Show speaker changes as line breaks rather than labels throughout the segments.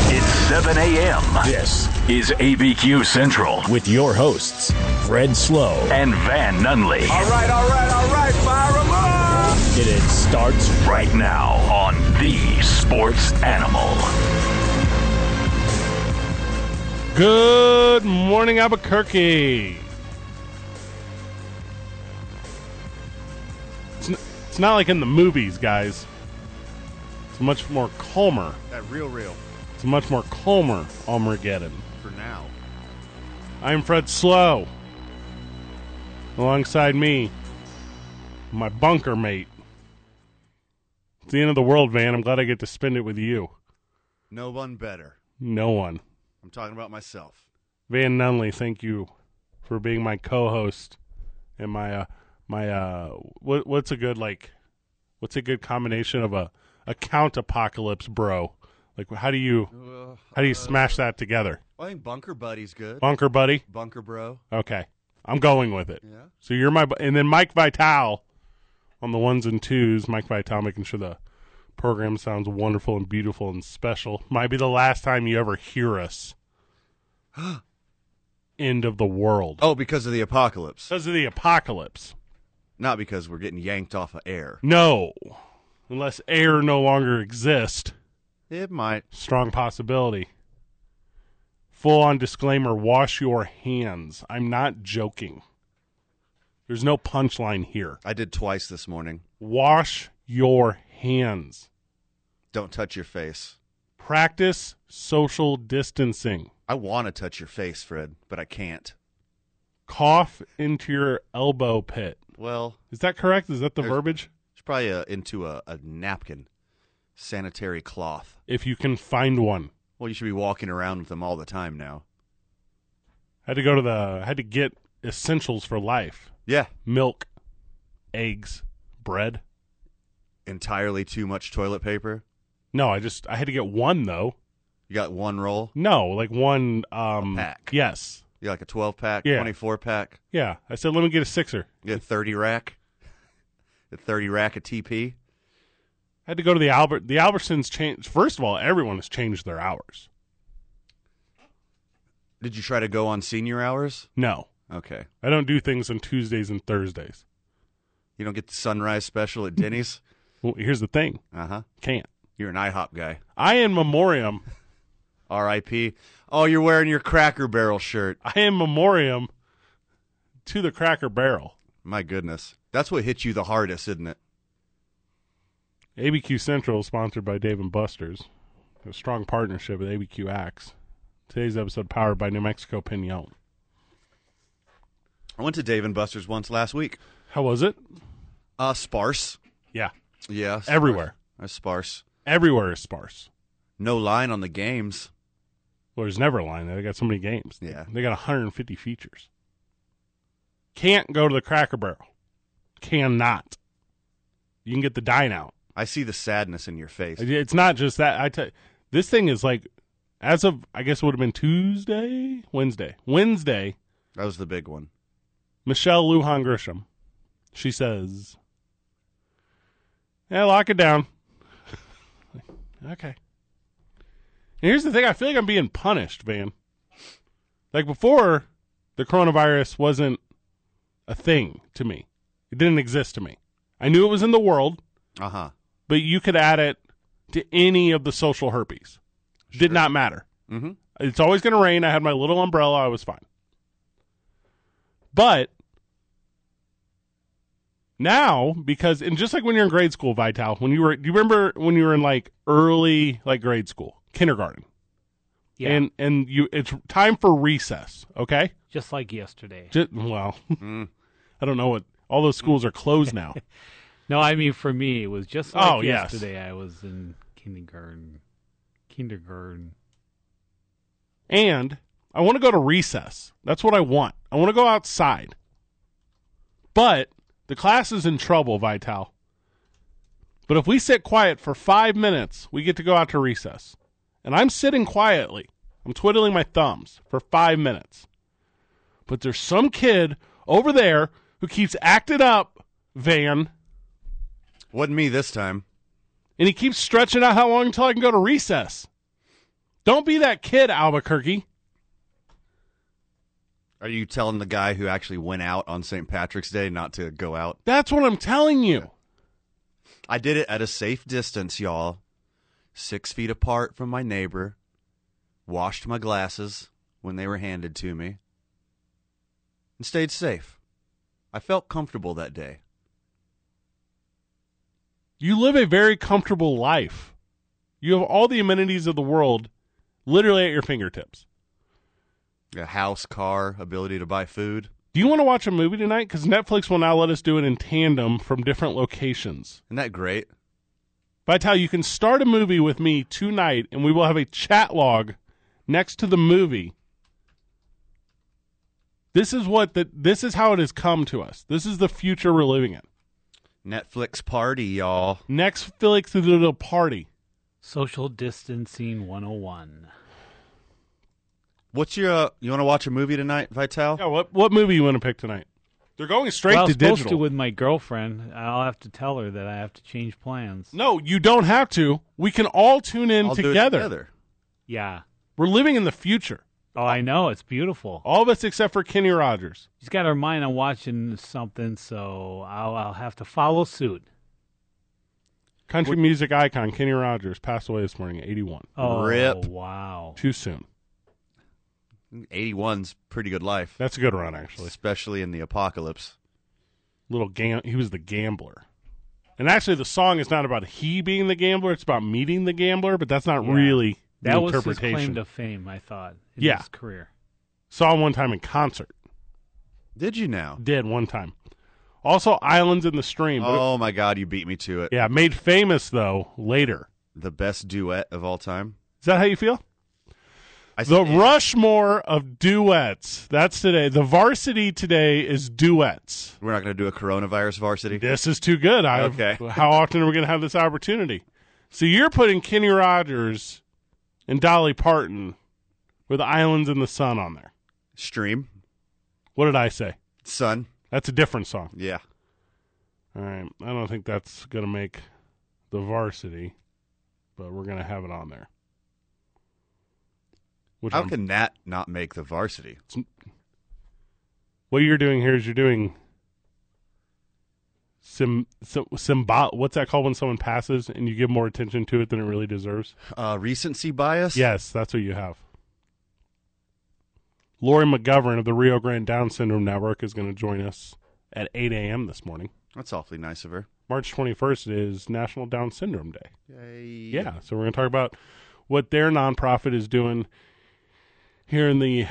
11 a.m.
This
is ABQ Central
with your hosts, Fred Slow.
and Van Nunley
All right, all right, all right, fire 'em up!
It, it starts
right now on The Sports Animal.
Good morning, Albuquerque. It's, n- it's not like in the movies, guys. It's much more calmer.
That real real
It's much more calmer Armageddon.
for now.
I'm Fred Slow. Alongside me, my bunker mate. It's the end of the world, Van. I'm glad I get to spend it with you.
No one better.
No one.
I'm talking about myself.
Van Nunley, thank you for being my co-host and my uh, my uh, what what's a good like what's a good combination of a a count apocalypse bro? Like how do you
Uh,
how do you smash that together?
I think Bunker Buddy's good.
Bunker buddy.
Bunker Bro.
Okay. I'm going with it.
Yeah.
So you're my bu- and then Mike Vital on the ones and twos, Mike Vital making sure the program sounds wonderful and beautiful and special. Might be the last time you ever hear us. End of the world.
Oh, because of the apocalypse,
Because of the apocalypse.
not because we're getting yanked off of air.
No. Unless air no longer exists.
It might.
Strong possibility. Full on disclaimer wash your hands. I'm not joking. There's no punchline here.
I did twice this morning.
Wash your hands.
Don't touch your face.
Practice social distancing.
I want to touch your face, Fred, but I can't.
Cough into your elbow pit.
Well,
Is that correct? Is that the
There's-
verbiage?
it's probably uh into a, a napkin, sanitary cloth.
If you can find one.
Well, you should be walking around with them all the time now.
Had to go to the had to get essentials for life.
Yeah.
milk, eggs, bread.
Entirely too much toilet paper.
No, I just I had to get one though.
You got one roll.
No, like one um
A pack.
Yes.
You got like a 12 pack,
Yeah.
24 pack.
Yeah. I said let me get a sixer.
You got 30 rack. The 30 rack of TP.
I had to go to the Albert the Albertsons changed first of all, everyone has changed their hours.
Did you try to go on senior hours?
No.
Okay.
I don't do things on Tuesdays and Thursdays.
You don't get the sunrise special at Denny's?
Well, here's the thing.
Uh huh.
Can't.
You're an IHOP guy.
I in memoriam
RIP. Oh, you're wearing your Cracker Barrel shirt.
I in memoriam to the cracker barrel.
My goodness. That's what hit you the hardest, isn't it?
ABQ Central, sponsored by Dave and Buster's, a strong partnership with ABQ Axe. Today's episode powered by New Mexico Pinon.
I went to Dave and Buster's once last week.
How was it?
Uh, sparse.
Yeah,
Yeah. sparse.
everywhere,
Uh, sparse.
everywhere is sparse.
No line on the games.
Well, there's never a line. They got so many games.
Yeah.
they got 150 features. Can't go to the Cracker Barrel. Cannot. You can get the dine out.
I see the sadness in your face.
It's not just that. I tell this thing is like, as of I guess it would have been Tuesday, Wednesday, Wednesday.
That was the big one.
Michelle Lujan Grisham. She says, Yeah, lock it down. okay. And here's the thing I feel like I'm being punished, Van. Like before, the coronavirus wasn't a thing to me, it didn't exist to me. I knew it was in the world,
Uh huh.
but you could add it to any of the social herpes. Did not matter.
Mm hmm.
It's always going to rain. I had my little umbrella. I was fine. But now, because and just like when you're in grade school, Vital, when you were, do you remember when you were in like early like grade school, kindergarten?
Yeah,
And and you, it's time for recess. Okay.
just like yesterday.
Just, well,
Mm.
I don't know what all those schools are closed now.
No, I mean for me, it was just like
Oh, yes.
yesterday. I was in kindergarten. Kindergarten.
and I want to go to recess. That's what I want. I want to go outside. But the class is in trouble, Vital. But if we sit quiet for five minutes, we get to go out to recess. And I'm sitting quietly. I'm twiddling my thumbs for five minutes. But there's some kid over there who keeps acting up, Van,
Wasn't me this time.
and he keeps stretching out how long until I can go to recess. Don't be that kid, Albuquerque.
Are you telling the guy who actually went out on St. Patrick's Day not to go out?
That's what I'm telling you.
I did it at a safe distance, y'all. Six feet apart from my neighbor. Washed my glasses when they were handed to me. And stayed safe. I felt comfortable that day.
You live a very comfortable life. You have all the amenities of the world literally at your fingertips.
A house, car, ability to buy food.
Do you want to watch a movie tonight? Because Netflix will now let us do it in tandem from different locations.
Isn't that great?
Vital, you can start a movie with me tonight, and we will have a chat log next to the movie. This is what the, this is how it has come to us. This is the future we're living in.
Netflix party, y'all.
Next, Felix to the party.
Social distancing 101.
What's your? Uh, you want to watch a movie tonight, Vital?
Yeah, what what movie you want to pick tonight? They're going straight
well, I
to
was supposed
digital.
to with my girlfriend. I'll have to tell her that I have to change plans.
no, you don't have to. We can all tune in
I'll do it
together.
together.
Yeah.
We're living in the future.
Oh, I know. It's beautiful.
All of us except for Kenny Rogers.
She's got her mind on watching something, so I'll, I'll have to follow suit.
Country music icon Kenny Rogers passed away this morning at 81.
Oh,
Rip.
wow.
Too soon.
81's pretty good life,
That's a good run, actually.
especially in the apocalypse.
Little gam- He was the gambler. And actually, the song is not about he being the gambler. It's about meeting the gambler, but that's not
Yeah.
really the
That was his
interpretation.
claim to fame, I thought, in
Yeah.
his career.
Saw him one time in concert.
Did you now?
Did one time. Also, Islands in the Stream. but-
Oh my God, you beat me to it.
Yeah, made famous, though, later.
The best duet of all time.
Is that how you feel?
I
The
said-
Rushmore of duets. That's today. The varsity today is duets.
We're not going to do a coronavirus varsity.
This is too good. I
Okay.
How often are we going to have this opportunity? So you're putting Kenny Rogers and Dolly Parton with Islands in the Sun on there.
Stream,
What did I say?
sun.
That's a different song.
Yeah,
All right. I don't think that's going to make the varsity, but we're going to have it on there. Which
how
I'm-
can that not make the varsity?
what you're doing here is you're doing sim, sim symbol. What's that called when someone passes and you give more attention to it than it really deserves?
Uh, recency bias.
Yes, that's what you have. Lori McGovern of the Rio Grande Down Syndrome Network is going to join us at 8 a.m. this morning.
that's awfully nice of her.
March 21st is National Down Syndrome Day.
Yeah.
Yeah, so we're going to talk about what their nonprofit is doing here in the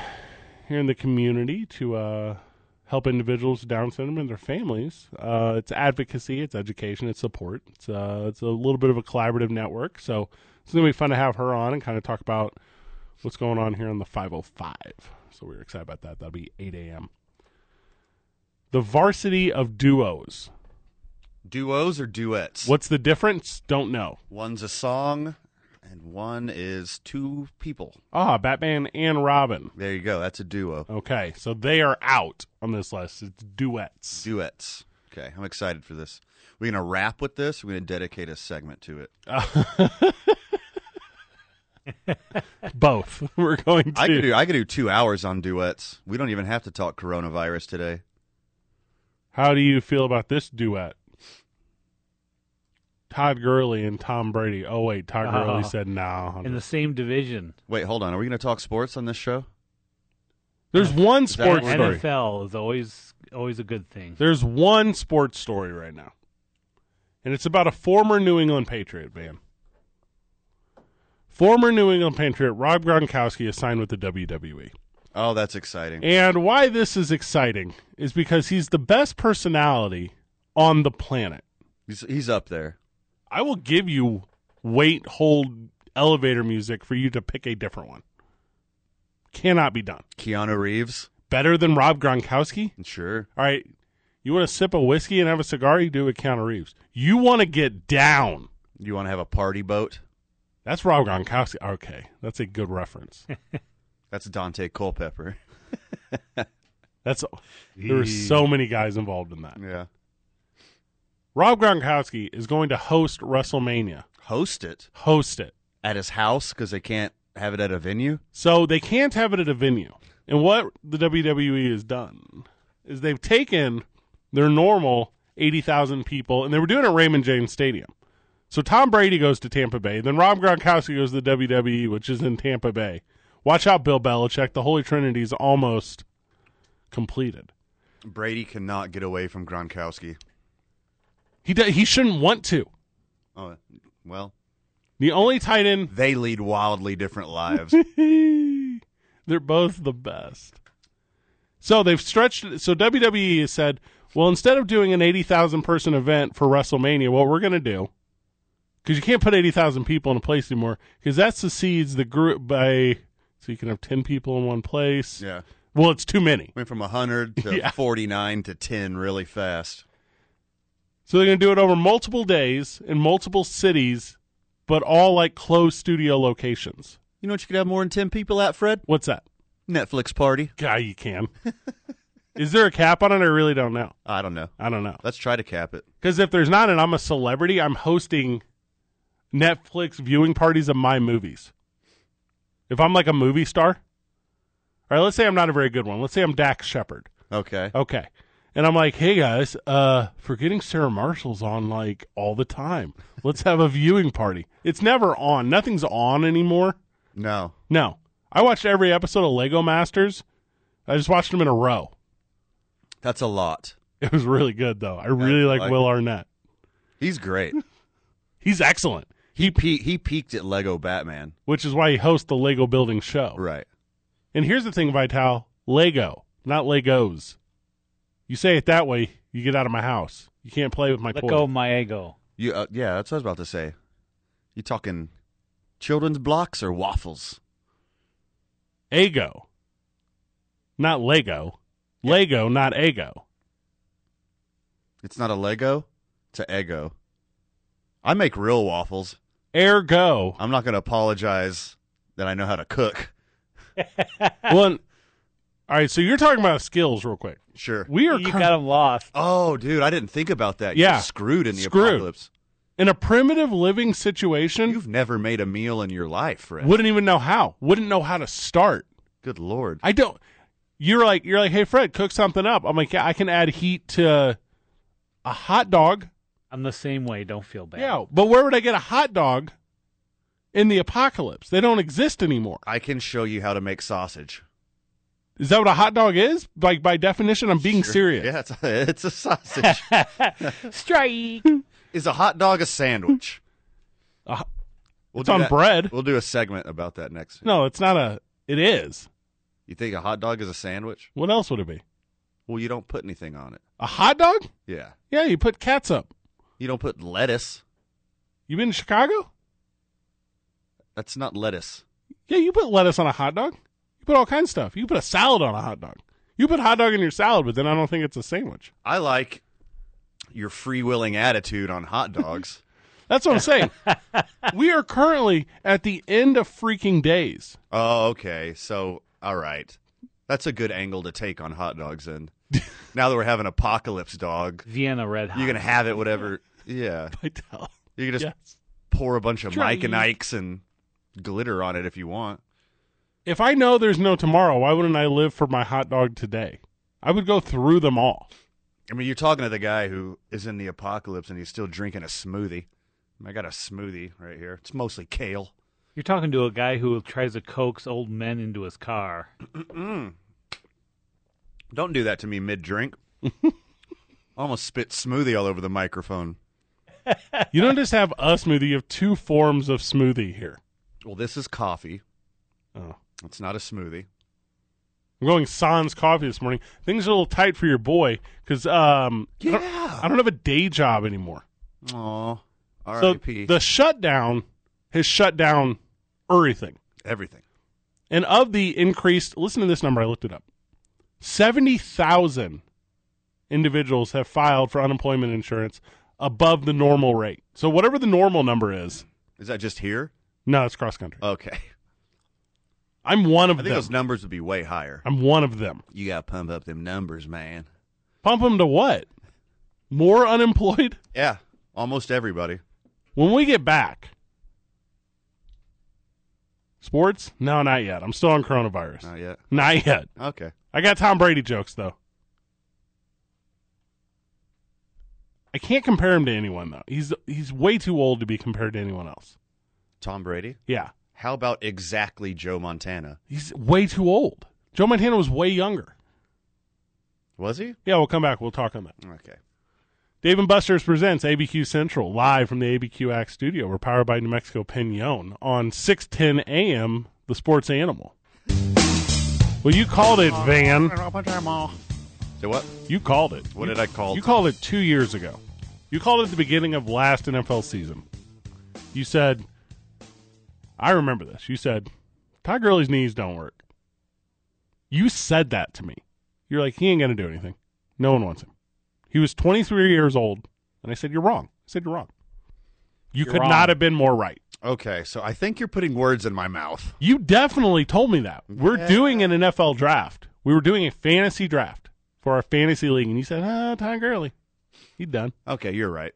here in the community to uh, help individuals with Down syndrome and their families. Uh, it's advocacy, it's education, it's support. It's uh, it's a little bit of a collaborative network. So it's going to be fun to have her on and kind of talk about what's going on here on the 505. So we're excited about that. That'll be 8 a.m. The varsity of duos.
Duos or duets?
What's the difference? Don't know.
One's a song, and one is two people.
Ah, Batman and Robin.
There you go. That's a duo.
Okay, so they are out on this list. It's duets.
duets. Okay, I'm excited for this. We're gonna wrap with this. We're gonna dedicate a segment to it.
Both. We're going to.
I could do I could do two hours on duets. We don't even have to talk coronavirus today.
How do you feel about this duet? Todd Gurley and Tom Brady. Oh wait, Todd
Oh.
Gurley said no.
In the same division.
Wait, hold on. Are we gonna talk sports on this show?
There's one
that
sports
what-
story.
NFL is always always a good thing.
There's one sports story right now, and it's about a former New England Patriot van. Former New England Patriot Rob Gronkowski is signed with the E. WWE.
Oh, that's exciting.
And why this is exciting is because he's the best personality on the planet.
He's, he's up there.
I will give you wait, hold, elevator music for you to pick a different one. Cannot be done.
Keanu Reeves.
Better than Rob Gronkowski?
Sure.
All right. You want to sip a whiskey and have a cigar? You do it with Keanu Reeves. You want to get down.
You want to have a party boat?
That's Rob Gronkowski. Okay. That's a good reference.
That's Dante Culpepper.
That's There were so many guys involved in that.
Yeah.
Rob Gronkowski is going to host WrestleMania.
Host it
Host it.
at his house because they can't have it at a venue?
So they can't have it at a venue. And what the WWE has done is they've taken their normal 80,000 people, and they were doing it at Raymond James Stadium. So Tom Brady goes to Tampa Bay. Then Rob Gronkowski goes to the WWE, which is in Tampa Bay. Watch out, Bill Belichick. The Holy Trinity is almost completed.
Brady cannot get away from Gronkowski.
He, d- he shouldn't want to.
Oh, well,
The only tight end
they lead wildly different lives.
They're both the best. So they've stretched it. So WWE has said, well, instead of doing an 80,000 person event for WrestleMania, what we're going to do, because you can't put 80,000 people in a place anymore, because that secedes the group by, so you can have 10 people in one place.
yeah.
Well, it's too many.
Went from 100 to
Yeah.
49 to 10 really fast.
So they're going to do it over multiple days in multiple cities, but all like closed studio locations.
You know what you could have more than 10 people at, Fred?
What's that?
Netflix party.
Guy, you can. Is there a cap on it? I really don't know.
I don't know.
I don't know.
Let's try to cap it.
Because if there's not, and I'm a celebrity, I'm hosting Netflix viewing parties of my movies. If I'm like a movie star, all right, let's say I'm not a very good one. Let's say I'm Dax Shepard.
Okay.
Okay. And I'm like, hey guys, uh, forgetting Sarah Marshall's on like all the time. Let's have a viewing party. It's never on. Nothing's on anymore.
No.
No. I watched every episode of Lego Masters. I just watched them in a row.
That's a lot.
It was really good though. I really like,
like
Will
it.
Arnett.
He's great.
He's excellent.
he pe- he peaked at Lego Batman.
which is why he hosts the Lego building show.
Right.
And here's the thing, Vital Lego, not Legos. You say it that way, you get out of my house. You can't play with my
Let
toys.
go of my ego.
You uh, yeah, that's what I was about to say. You talking children's blocks or waffles?
Ego, not Lego. Lego, not Ego.
It's not a Lego, it's a Ego. I make real waffles.
Ergo.
I'm not going to apologize that I know how to cook.
well, and- all right. So you're talking about skills, real quick.
Sure.
We are
You
cur-
got him lost.
Oh, dude, I didn't think about that.
Yeah.
You're screwed in the
Screwed.
apocalypse.
in a primitive living situation.
You've never made a meal in your life, Fred.
wouldn't even know how. Wouldn't know how to start.
Good lord.
I don't. You're like you're like, hey Fred, cook something up. I'm like, yeah, I can add heat to a hot dog.
I'm the same way. Don't feel bad.
Yeah, but where would I get a hot dog in the apocalypse? They don't exist anymore.
I can show you how to make sausage.
Is that what a hot dog is? Like by definition, I'm being
Sure.
serious.
Yeah, it's a, it's a sausage.
Strike.
Is a hot dog a sandwich?
A ho-
We'll
it's
do
on
that-
bread.
We'll do a segment about that next.
No, it's not a. It is.
You think a hot dog is a sandwich?
What else would it be?
Well, you don't put anything on it.
A hot dog?
Yeah.
Yeah, you put cats up.
You don't put lettuce.
You been to Chicago?
That's not lettuce.
Yeah, you put lettuce on a hot dog. You put all kinds of stuff. You put a salad on a hot dog. You put hot dog in your salad, but then I don't think it's a sandwich.
I like your free-willing attitude on hot dogs.
That's what I'm saying. we are currently at the end of freaking days.
oh, okay. So, all right. That's a good angle to take on hot dogs then. now that we're having apocalypse dog,
Vienna Red Hot.
you're going to have it whatever. Yeah.
I tell.
You can just
Yes.
pour a bunch of
Try.
Mike and Ike's and glitter on it if you want.
if I know there's no tomorrow, why wouldn't I live for my hot dog today? I would go through them all.
I mean, you're talking to the guy who is in the apocalypse and he's still drinking a smoothie. I got a smoothie right here. It's mostly kale.
You're talking to a guy who tries to coax old men into his car.
Don't do that to me mid drink. Almost spit smoothie all over the microphone.
You don't just have a smoothie, you have two forms of smoothie here.
Well, this is coffee.
Oh.
It's not a smoothie.
I'm going sans coffee this morning. Things are a little tight for your boy because um, I don't- I,
Yeah.
don't have a day job anymore.
Aw.
So
R.I.P.
the shutdown has shut down everything.
Everything.
And of the increased, listen to this number, I looked it up 70,000 individuals have filed for unemployment insurance above the normal rate. So, whatever the normal number is,
Is that just here?
no, it's cross country.
Okay.
I'm one of
Uh, I think
them.
those numbers would be way higher.
I'm one of them.
You got to pump up them numbers, man.
Pump them to what? More unemployed?
Yeah. Almost everybody.
When we get back, Sports? No, not yet. I'm still on coronavirus.
Not yet.
Not yet.
Okay.
I got Tom Brady jokes though. I can't compare him to anyone though. He's he's way too old to be compared to anyone else.
Tom Brady.
Yeah,
How about exactly Joe Montana?
he's way too old. Joe Montana was way younger.
Was he?
Yeah, we'll come back. We'll talk on that.
Okay.
Dave and Buster's presents ABQ Central live from the ABQ Act Studio. We're powered by New Mexico Pinon on 6:10 a.m. The Sports Animal. Well, you called it, Van.
So what?
You called it.
What
You-
did I call?
You called it two years ago. You called it at the beginning of last NFL season. You said, I remember this. You said, Ty Gurley's knees don't work. You said that to me. You're like, he ain't going to do anything. No one wants him. He was 23 years old. And I said, You're wrong. I said, You're wrong. You could
wrong.
not have been more right.
okay, so I think you're putting words in my mouth.
You definitely told me that. We're doing an NFL draft. We were doing a fantasy draft for our fantasy league. And you said, Ah, Ty Gurley. He's done.
Okay, you're right.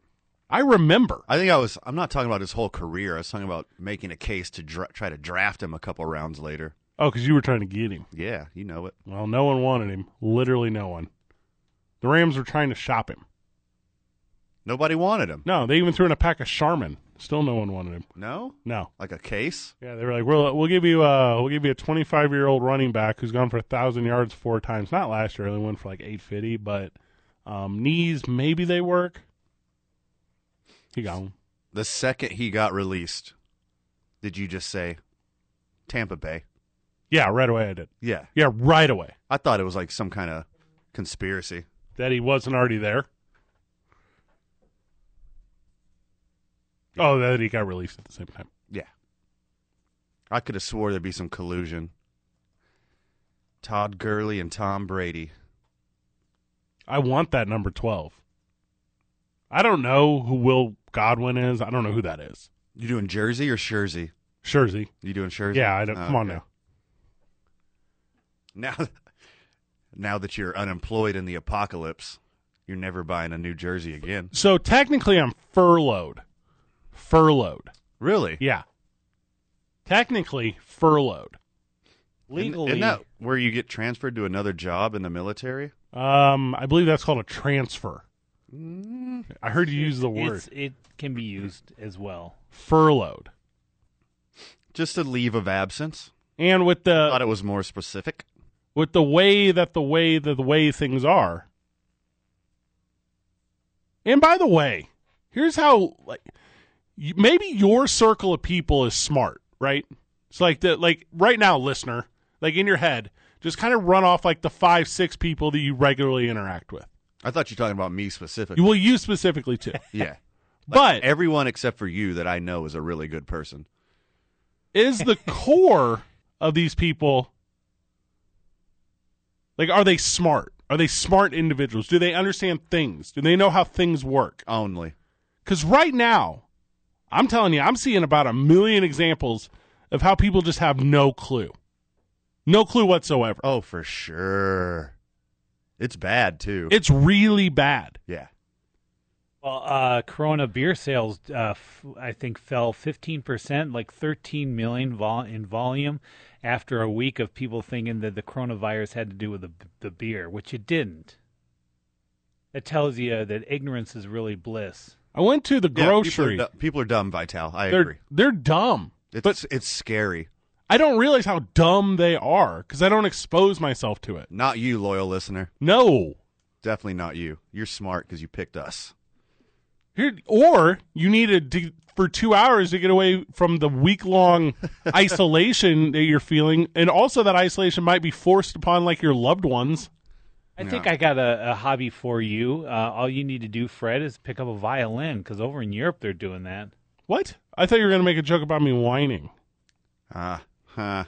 I remember.
I think I was. I'm not talking about his whole career. I was talking about making a case to dra- try to draft him a couple rounds later.
Oh, because you were trying to get him.
Yeah, you know it.
Well, no one wanted him. Literally no one. The Rams were trying to shop him.
Nobody wanted him.
No, they even threw in a pack of Charmin. Still no one wanted him.
No,
No.
like a case.
Yeah, they were like, we'll, we'll give you uh we'll give you a 25 year old running back who's gone for a thousand yards four times. Not last year, they went for like 850, but um, knees maybe they work. He gone.
The second he got released, did you just say Tampa Bay?
Yeah, right away I did.
Yeah,
Yeah, right away.
I thought it was like some kind of conspiracy.
that he wasn't already there. Oh, that he got released at the same time.
Yeah, I could have swore there'd be some collusion. Todd Gurley and Tom Brady.
I want that number 12. I don't know who Will Godwin is. I don't know who that is.
You doing Jersey or Jersey?
Shurzy.
You doing Jersey?
Yeah, I don't.
Oh,
come on
okay.
now.
Now, now that you're unemployed in the apocalypse, you're never buying a new jersey again.
So technically, I'm furloughed. Furloughed.
Really?
Yeah. Technically, furloughed.
Isn't-
Legally,
isn't that where you get transferred to another job in the military?
um, I believe that's called a transfer. I heard you use the word
It's, it can be used as well.
furloughed,
Just a leave of absence.
and with the
Thought it was more specific.
with the way that the way that the way things are. And by the way, here's how like you, maybe your circle of people is smart, right? It's like the like right now, listener, like in your head, just kind of run off like the five six people that you regularly interact with.
I thought you were talking about me specifically.
You will use specifically too,
yeah.
but
Everyone except for you that I know is a really good person.
is the core of these people like are they smart? Are they smart individuals? Do they understand things? Do they know how things work?
Only.
Because right now, I'm telling you, I'm seeing about a million examples of how people just have no clue. No clue whatsoever.
Oh, for sure. It's bad too.
It's really bad.
yeah.
Well, uh, Corona beer sales, uh, f- I think, fell 15%, like 13 million vol- in volume after a week of people thinking that the coronavirus had to do with the, the beer, which it didn't. That tells you that ignorance is really bliss.
I went to the
Yeah,
grocery.
People are, du- people are dumb, Vital. I agree.
they're they're dumb.
It's
but
it's scary.
I don't realize how dumb they are because I don't expose myself to it.
Not you, loyal listener.
No.
Definitely not you. You're smart because you picked us.
Here, or you needed to, for two hours to get away from the week long isolation that you're feeling, and also that isolation might be forced upon like your loved ones.
I think I got a, a hobby for you. Uh, all you need to do, Fred, is pick up a violin because over in Europe they're doing that.
What? I thought you were going to make a joke about me whining.
Ah, huh,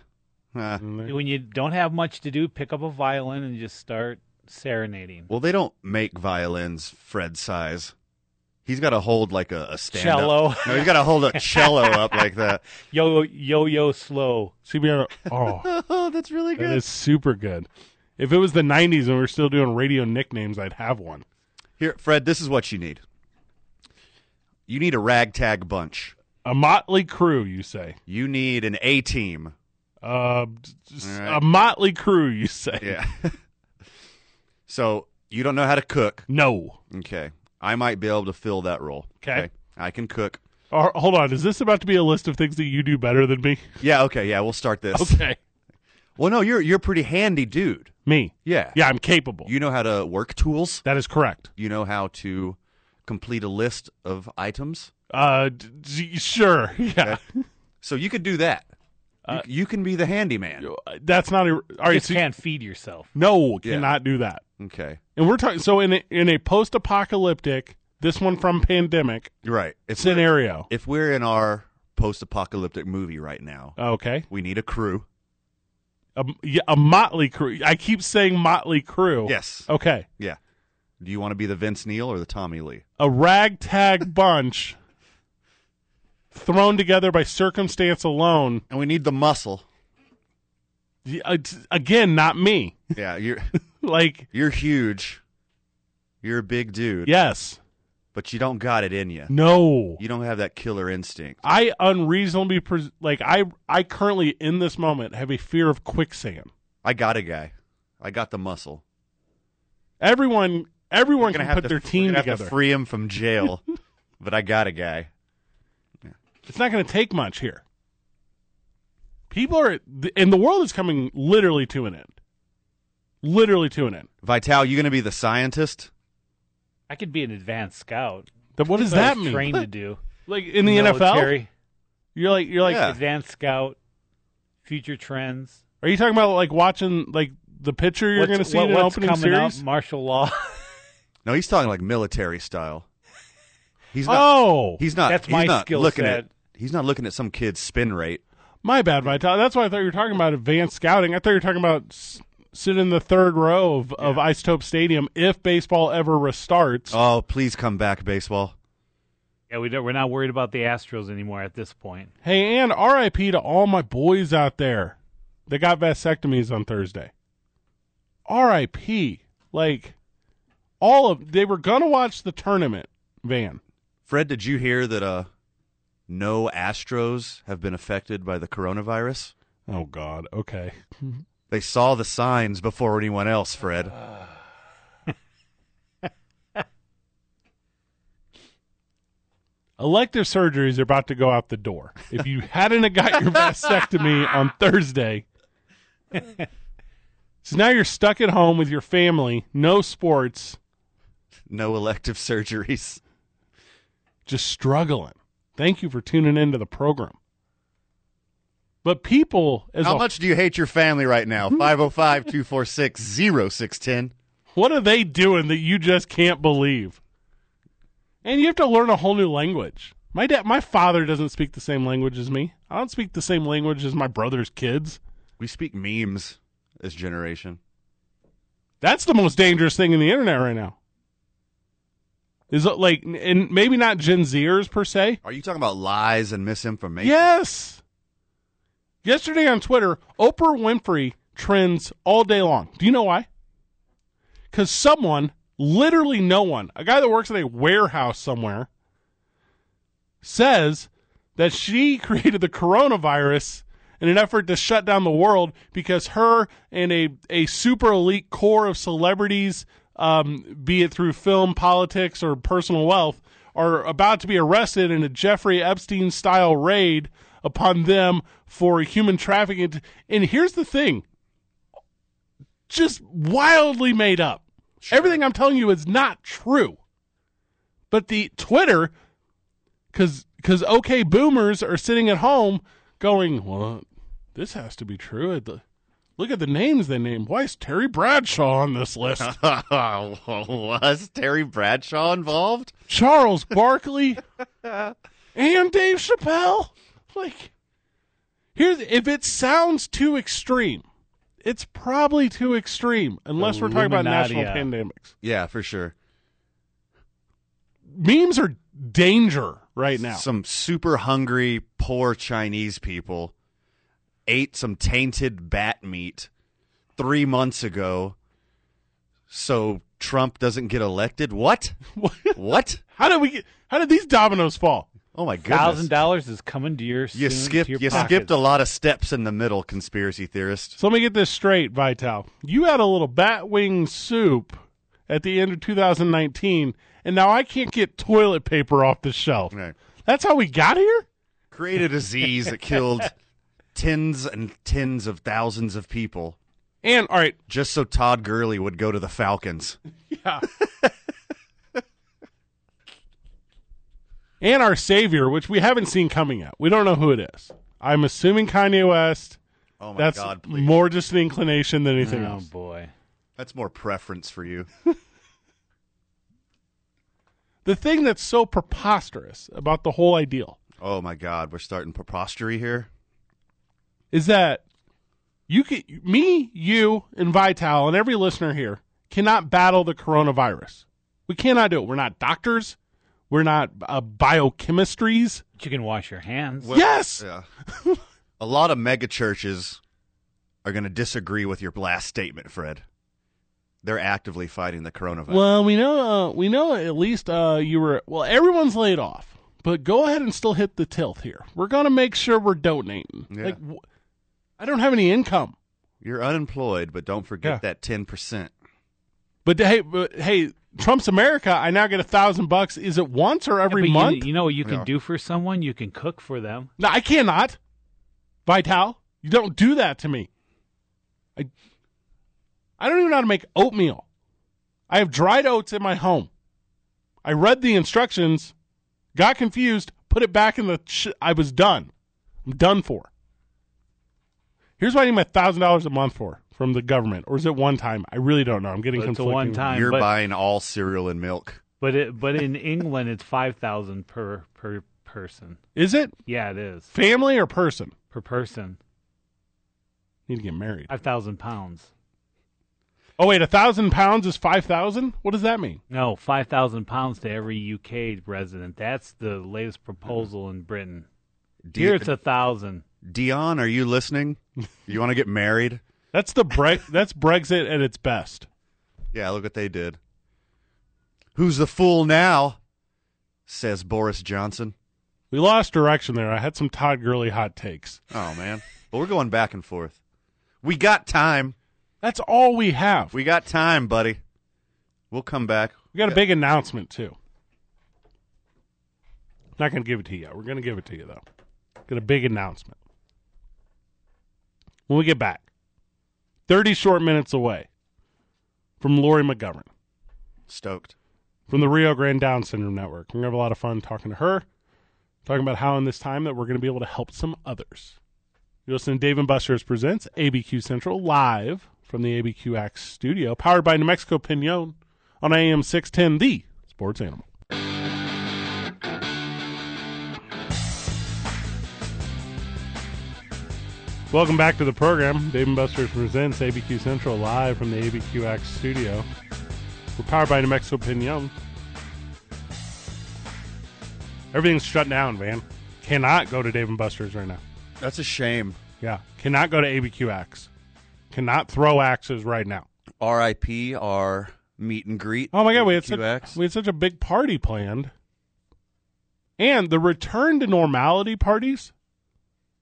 huh.
Mm-hmm.
When you don't have much to do, pick up a violin and just start serenading.
Well, they don't make violins Fred size. He's got to hold like a, a stand
Cello.
Up. No, he's got to hold a cello up like that.
Yo, yo, yo, slow.
CBR. Oh,
Oh, that's really
that
good.
is super good. If it was the 90s and we were still doing radio nicknames, I'd have one.
Here, Fred, this is what you need. You need a ragtag bunch.
A motley crew, you say.
You need an A team.
Uh, d- d-
All right.
A motley crew, you say.
Yeah. so you don't know how to cook.
No.
Okay. I might be able to fill that role.
'Kay.
I can cook.
Or, hold on. Is this about to be a list of things that you do better than me?
Yeah, okay, yeah, we'll start this.
Okay.
Well, no, you're you're a pretty handy dude.
Me.
Yeah.
Yeah, I'm capable.
You know how to work tools.
that is correct.
You know how to complete a list of items.
Uh, d- d- sure. Yeah.
So you could do that. you, you can be the handyman.
That's not a. All right.
just
So,
can't feed yourself.
no,
Yeah.
cannot do that.
Okay.
And we're talking. So in a, in a post apocalyptic, this one from pandemic
You're right. If we're,
scenario.
if we're in our post-apocalyptic movie right now,
Okay.
we need a crew.
A, yeah, a motley crew. I keep saying motley crew.
Yes.
Okay.
Yeah. Do you want to be the Vince Neil or the Tommy Lee?
A ragtag bunch thrown together by circumstance alone.
And we need the muscle.
Y- uh, t- Again, not me.
Yeah, you're
Like,
you're huge. You're a big dude.
yes.
But you don't got it in you.
No.
You don't have that killer instinct.
I unreasonably pres- like I I currently in this moment have a fear of quicksand.
I got a guy. I got the muscle.
Everyone everyone
We're gonna
can
have
put
to,
their
we're
team
gonna have to
together.
free him from jail. but I got a guy.
it's not going to take much here. People are th- and the world is coming literally to an end. Literally to an end.
Vital, you gonna be the scientist?
I could be an advanced scout.
Then what does
That's what I
that
was
mean?
Trained
What?
to do
Like in the NFL?
Military,
You're like you're like
Yeah.
advanced scout, future trends.
are you talking about like watching like the picture you're
What's-
going to see
what-
in an
what's
opening
coming
series?
up? Martial law.
No, he's talking like military style. He's not
Oh,
he's not
that's
he's
my
not
skill
looking
set.
at he's not looking at some kid's spin rate.
my bad, Vital. That's why I thought you were talking about advanced scouting. I thought you were talking about s- sitting in the third row of, of Isotope Stadium if baseball ever restarts.
Oh, please come back, baseball.
yeah, we don't, we're not worried about the Astros anymore at this point.
Hey, and RIP to all my boys out there that got vasectomies on Thursday. RIP. Like, all of they were going to watch the tournament, Van.
Fred, did you hear that uh no Astros have been affected by the coronavirus?
Oh, God. Okay.
They saw the signs before anyone else, Fred.
Elective surgeries are about to go out the door. If you hadn't have got your vasectomy on Thursday, so now you're stuck at home with your family, no sports,
No elective surgeries.
just struggling. Thank you for tuning into the program. But people, as
How
a
much do you hate your family right now? 505 246 0610.
What are they doing that you just can't believe? And you have to learn a whole new language. My dad, my father doesn't speak the same language as me. I don't speak the same language as my brother's kids.
We speak memes this generation.
That's the most dangerous thing in the internet right now. Is it like, and maybe not Gen Zers per se.
Are you talking about lies and misinformation?
Yes. Yesterday on Twitter, Oprah Winfrey trends all day long. Do you know why? Because someone, literally no one, a guy that works at a warehouse somewhere, says that she created the coronavirus in an effort to shut down the world because her and a, a super elite core of celebrities, um, be it through film, politics, or personal wealth, are about to be arrested in a Jeffrey Epstein style raid upon them for human trafficking. And here's the thing just wildly made up. Everything I'm telling you is not true. But the Twitter, because because okay boomers are sitting at home going, well, this has to be true. At the- Look at the names they named. Why is Terry Bradshaw on this list?
Was Terry Bradshaw involved?
Charles Barkley and Dave Chappelle. Like, here's if it sounds too extreme, it's probably too extreme. Unless we're talking about national
Illuminatia.
pandemics,
Yeah, for sure.
memes are danger right now.
Some super hungry, poor Chinese people ate some tainted bat meat three months ago so Trump doesn't get elected. What? what?
how did we get? How did these dominoes fall?
Oh my goodness!
Thousand dollars is coming to your. soon,
You skipped
To your
you
pocket. Oh,
skipped a lot of steps in the middle, conspiracy theorist.
So let me get this straight, Vital. You had a little Batwing soup at the end of 2019, and now I can't get toilet paper off the shelf.
Right.
That's how we got here?
Create a disease that killed tens and tens of thousands of people
And, all right,
just so Todd Gurley would go to the Falcons.
yeah. and our savior, which we haven't seen coming yet. We don't know who it is. I'm assuming Kanye West.
Oh my
That's
God! Please,
more just an inclination than anything
Oh
else.
boy.
that's more preference for you.
The thing that's so preposterous about the whole ideal
Oh my God! We're starting prepostery here.
is that you can me, you, and Vital and every listener here cannot battle the coronavirus. We cannot do it. We're not doctors. We're not uh, biochemistries.
But you can wash your hands.
Well,
Yes!
Yeah. a lot of mega churches are going to disagree with your last statement, Fred. They're actively fighting the coronavirus.
Well, we know uh, we know at least uh, you were well. Everyone's laid off, but go ahead and still hit the tilt here. We're gonna make sure we're donating.
Yeah.
Like, wh- I don't have any income,
You're unemployed, but don't
Yeah.
forget that 10%.
but hey, but hey, Trump's America. I now get a thousand bucks. Is it once or every
Yeah, but you-
month?
You, know what you can
Yeah.
do for someone? You can cook for them.
No, I cannot. Vital, you don't do that to me. I I don't even know how to make oatmeal. I have dried oats in my home. I read the instructions, got confused, put it back in the. Sh- I was done. I'm done for. Here's what I need my thousand dollars a month for from the government, or is it one time? I really don't know. I'm getting
It's a
conflicting.
one time.
You're
but,
buying all cereal and milk.
But it, but in England, it's five thousand per per person.
Is it
Yeah, it is
family or person?
per person.
Need to get married.
Five thousand pounds.
Oh wait, a thousand pounds is five thousand. What does that mean?
No, five thousand pounds to every UK resident. That's the latest proposal in Britain.
D-
Here it's a thousand.
Dion, are you listening? You want to get married?
That's the bre- that's Brexit at its best.
Yeah, look what they did. Who's the fool now? Says Boris Johnson.
We lost direction there. I had some Todd Gurley hot takes.
Oh, man. but we're going back and forth. We got time.
That's all we have. We,
We got time, buddy. We'll come back.
got a big announcement too. Not going to give it to you. yet. We're going to give it to you though. Got a big announcement. When we get back, 30 short minutes away from Lori McGovern.
Stoked.
from the Rio Grande Down Syndrome Network. We're going to have a lot of fun talking to her, talking about how in this time that we're going to be able to help some others. You're listening to Dave and Buster's Presents ABQ Central live from the ABQ Axe studio, powered by New Mexico Pinon on AM 610, the sports animal. Welcome back to the program. Dave and Buster's presents ABQ Central live from the ABQ Axe studio. We're powered by New Mexico Pinon. Everything's shut down, man. Cannot go to Dave and Buster's right now.
That's a shame.
Yeah. Cannot go to ABQ Axe. Cannot throw axes right now.
R.I.P. Our meet and greet.
Oh my god, we had
ABQX.
such we had such a big party planned. And the return to normality parties,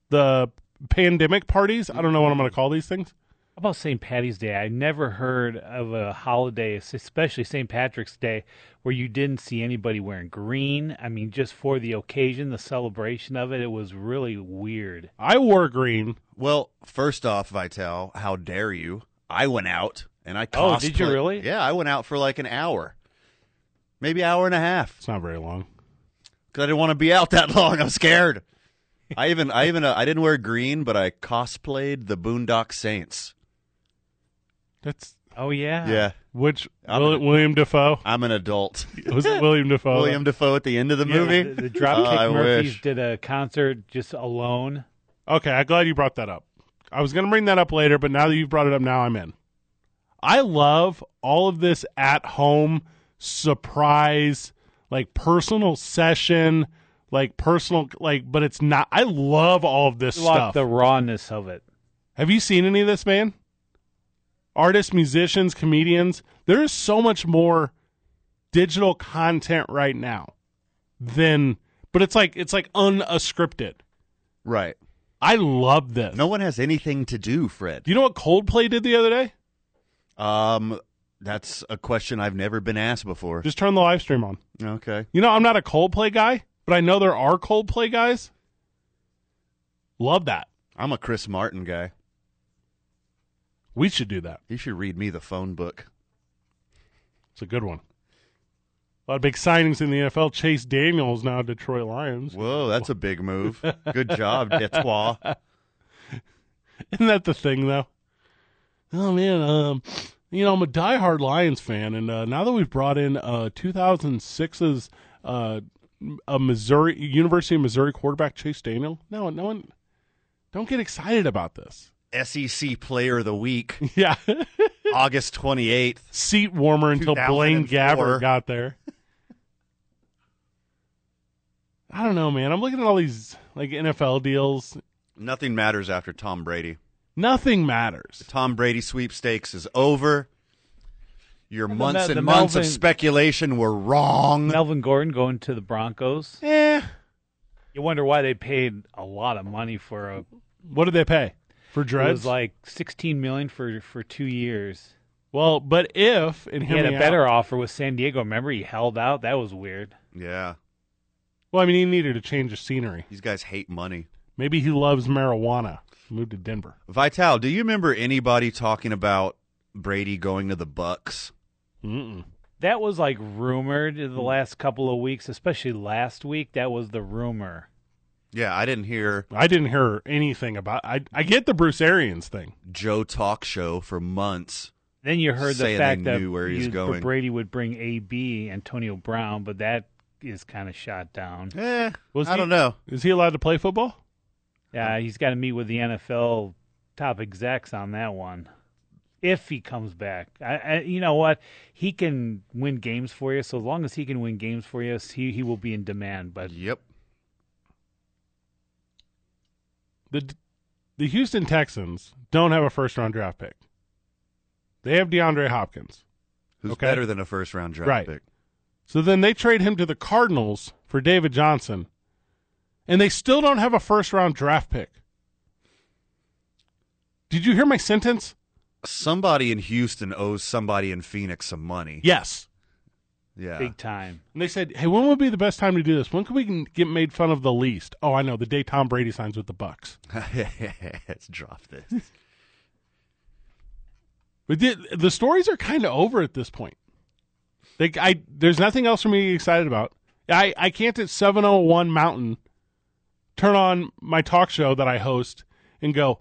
the pandemic parties, I don't know what I'm gonna call these things.
How about St. Patty's Day? I never heard of a holiday, especially St. Patrick's Day, where you didn't see anybody wearing green. I mean, just for the occasion, the celebration of it, it was really weird.
I wore green.
Well, first off, Vital, how dare you? I went out and I
Oh,
cosplayed.
did you really?
Yeah, I went out for like an hour, maybe hour and a half,
It's not very long.
because I didn't want to be out that long. I'm scared. I even, I even, uh, I didn't wear green, but I cosplayed the Boondock Saints.
That's
Oh yeah,
Yeah,
which
I'm
Will-
gonna-
William Defoe.
I'm an adult.
Was it William Defoe?
William Defoe at the end of the
Yeah,
movie.
The, the
Oh,
Dropkick
I
Murphys
wish.
did a concert just alone.
Okay, I'm glad you brought that up. I was going to bring that up later, but now that you've brought it up, now I'm in. I love all of this at home surprise, like personal session, like personal, like, but it's not. I love all of this
Like
stuff.
the rawness of it.
Have you seen any of this, man? Artists, musicians, comedians. There is so much more digital content right now than but it's like it's like unscripted.
Right.
I love this.
No one has anything to do, Fred.
Do you know what Coldplay did the other day?
Um, that's a question I've never been asked before.
Just turn the live stream on.
Okay.
You know, I'm not a Coldplay guy, but I know there are Coldplay guys. Love that.
I'm a Chris Martin guy.
We should do that.
He should read me the phone book.
It's a good one. A lot of big signings in the NFL. Chase Daniels now Detroit Lions.
Whoa, that's a big move. Good job, Detroit.
Isn't that the thing though? Oh man, um, you know I'm a diehard Lions fan, and uh, now that we've brought in uh, 2006's uh, a Missouri University of Missouri quarterback Chase Daniel, no, no one, don't get excited about this.
SEC E Player of the Week,
Yeah,
August 28th.
seat warmer until Blaine
2004.
Gabbert got there. I don't know, man. I'm looking at all these like NFL deals.
Nothing matters after Tom Brady.
Nothing matters.
Tom Brady sweepstakes is over. Your
the
months
Mel-
and
the
months of
Melvin-
speculation were wrong.
Melvin Gordon going to the Broncos.
Eh,
You wonder why they paid a lot of money for a.
what did they pay for
It
dreads?
was like sixteen million for for two years.
Well, but if and
He
hear
had
me
a
out-
better offer with San Diego. Remember, he held out. That was weird.
Yeah.
Well, I mean, he needed a change of scenery.
These guys hate money.
Maybe he loves marijuana. Moved to Denver.
Vital, do you remember anybody talking about Brady going to the Bucks?
Mm-mm.
That was like rumored
Hmm.
in the last couple of weeks, especially last week. That was the rumor.
Yeah, I didn't hear
I didn't hear anything about. I I get the Bruce Arians thing.
Joe talk show for months.
Then you heard
Saying
the fact
they
that
knew where he was
you-
going.
Brady would bring AB Antonio Brown, but that is kind of shot down.
Eh,
Was
I
he-
don't know.
Is he allowed to play football?
Yeah, he's got to meet with the NFL top execs on that one. If he comes back, I, I, you know what? He can win games for you. So as long as he can win games for you, he he will be in demand. But
Yep.
The the Houston Texans don't have a first round draft pick. They have DeAndre Hopkins.
Who's
Okay.
better than a first round draft
Right.
pick?
So then they trade him to the Cardinals for David Johnson. And they still don't have a first round draft pick. Did you hear my sentence?
Somebody in Houston owes somebody in Phoenix some money.
Yes.
Yeah.
big time.
And they said, "Hey, when would be the best time to do this? When could we can get made fun of the least?" Oh, I know, the day Tom Brady signs with the Bucks.
Let's drop this.
But the, the stories are kind of over at this point. Like I, there's nothing else for me to get excited about. I, I can't at 701 Mountain turn on my talk show that I host and go,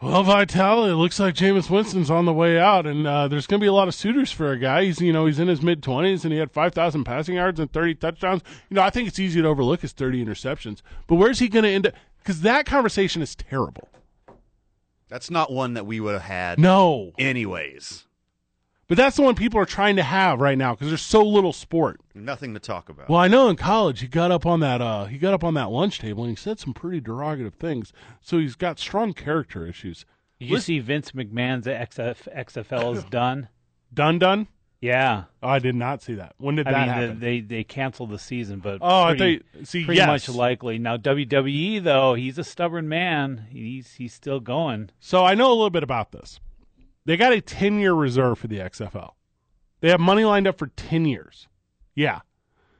well, Vital, it looks like Jameis Winston's on the way out, and uh, there's going to be a lot of suitors for a guy. He's, you know, he's in his mid 20s, and he had 5,000 passing yards and 30 touchdowns. You know, I think it's easy to overlook his 30 interceptions, but where's he going to end up? Because that conversation is terrible.
That's not one that we would have had
No.
anyways.
But that's the one people are trying to have right now because there's so little sport.
Nothing to talk about.
Well, I know in college he got up on that uh, he got up on that lunch table and he said some pretty derogative things. So he's got strong character issues.
Did you see Vince McMahon's XF, XFL is done?
Dun dun.
Yeah,
Oh, I did not see that. When did
I
that
mean
happen?
they they canceled the season, but
oh, I
pretty,
think see
pretty
yes.
much likely now. WWE though, he's a stubborn man. He's he's still going.
So I know a little bit about this. They got a 10 year reserve for the XFL. They have money lined up for 10 years. Yeah.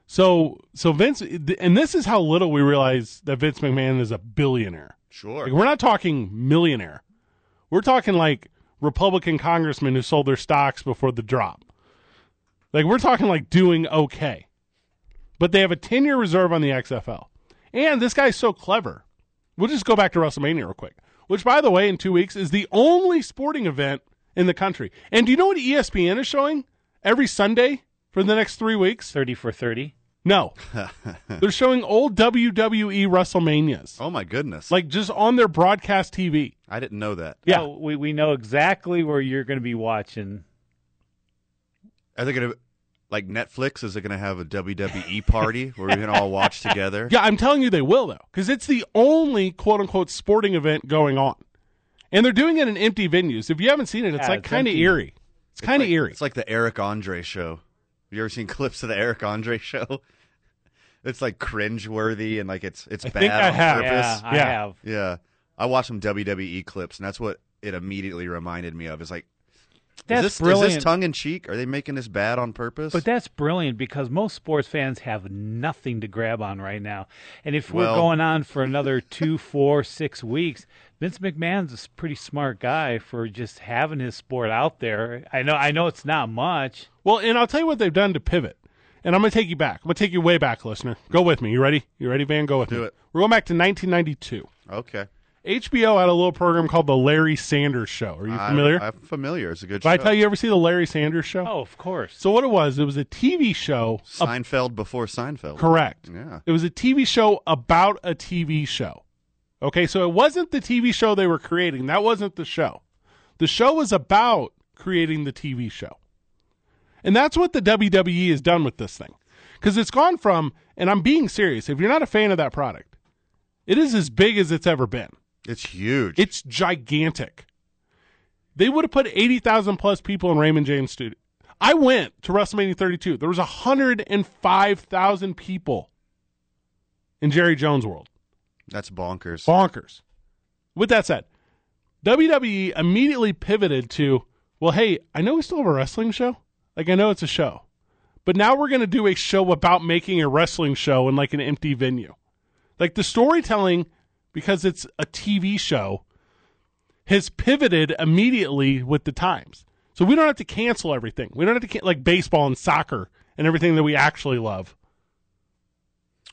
So so Vince and this is how little we realize that Vince McMahon is a billionaire.
sure.
Like, we're not talking millionaire. We're talking like Republican congressmen who sold their stocks before the drop. Like we're talking like doing okay. But they have a 10 year reserve on the XFL. And this guy's so clever. We'll just go back to WrestleMania real quick, which, by the way, in two weeks is the only sporting event in the country. And do you know what E ESPN is showing every Sunday for the next three weeks?
Thirty for thirty.
No. They're showing old WWE WrestleManias,
oh my goodness.
like just on their broadcast TV.
I didn't know that.
Yeah.
Oh, we we know exactly where you're going to be watching.
Are they gonna like Netflix? Is it gonna have a WWE party where we can all watch together?
Yeah, I'm telling you they will though, because it's the only quote unquote sporting event going on, and they're doing it in empty venues. If you haven't seen it, it's
Yeah,
like
it's
kind of
empty.
eerie. It's kind of eerie.
It's like the Eric Andre show. Have you ever seen clips of the Eric Andre show? it's like cringeworthy and like it's it's
I
bad
think I
on
have.
purpose.
Yeah, I
Yeah.
have.
Yeah. I watched some WWE clips, and that's what it immediately reminded me of. Is like,
That's
is this,
brilliant.
tongue in cheek? Are they making this bad on purpose?
But that's brilliant because most sports fans have nothing to grab on right now. And if
Well-
we're going on for another two, four, six weeks, Vince McMahon's a s- pretty smart guy for just having his sport out there. I know I know it's not much.
Well, and I'll tell you what they've done to pivot. And I'm going to take you back. I'm going to take you way back, listener. Go with me. You ready? You ready, Van? Go with me.
Do it.
We're going back to 1992.
okay,
HBO had a little program called The Larry Sanders Show. Are you familiar?
I, am familiar. It's a good
Did I
show.
tell you, you ever see The Larry Sanders Show?
Oh, of course.
So what it was, it was a TV show.
Seinfeld before Seinfeld.
Correct.
Yeah.
It was a TV show about a TV show. Okay, so it wasn't the TV show they were creating. That wasn't the show. The show was about creating the TV show. And that's what the WWE has done with this thing. Because it's gone from, and I'm being serious, if you're not a fan of that product, it is as big as it's ever been.
It's huge.
It's gigantic. They would have put 80,000 plus people in Raymond James Studio. I went to WrestleMania 32. There was 105,000 people in Jerry Jones World.
that's bonkers.
Bonkers. With that said, WWE immediately pivoted to, well, hey, I know we still have a wrestling show. Like, I know it's a show. But now we're going to do a show about making a wrestling show in like an empty venue. Like, the storytelling, because it's a TV show, has pivoted immediately with the times. So we don't have to cancel everything. We don't have to, can- like, baseball and soccer and everything that we actually love.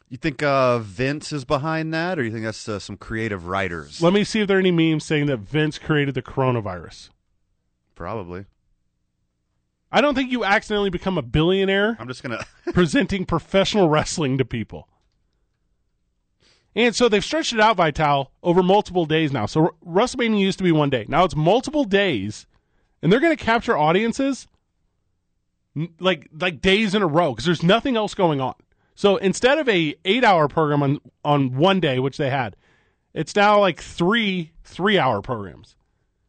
you think uh, Vince is behind that, or you think that's uh, some creative writers?
Let me see if there are any memes saying that Vince created the coronavirus.
Probably.
I don't think you accidentally become a billionaire
I'm just gonna.
presenting professional wrestling to people. And so they've stretched it out, Vital, over multiple days now. So WrestleMania used to be one day. Now it's multiple days, and they're going to capture audiences n- like like days in a row because there's nothing else going on. So instead of a eight hour program on on one day, which they had, it's now like three three hour programs.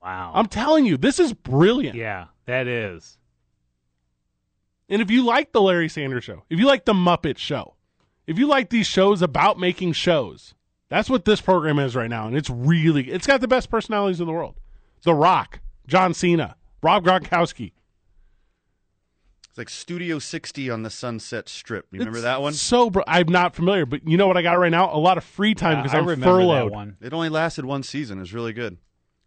Wow.
I'm telling you, this is brilliant.
yeah, that is.
And if you like the Larry Sanders show, if you like the Muppet show, if you like these shows about making shows, that's what this program is right now. And it's really, it's got the best personalities in the world. The Rock, John Cena, Rob Gronkowski.
It's like Studio 60 on the Sunset Strip. You remember that one?
So, br- I'm not familiar, but you know what I got right now? A lot of free time because
I
I'm
remember
furloughed.
that one.
It only lasted one season. It was really good.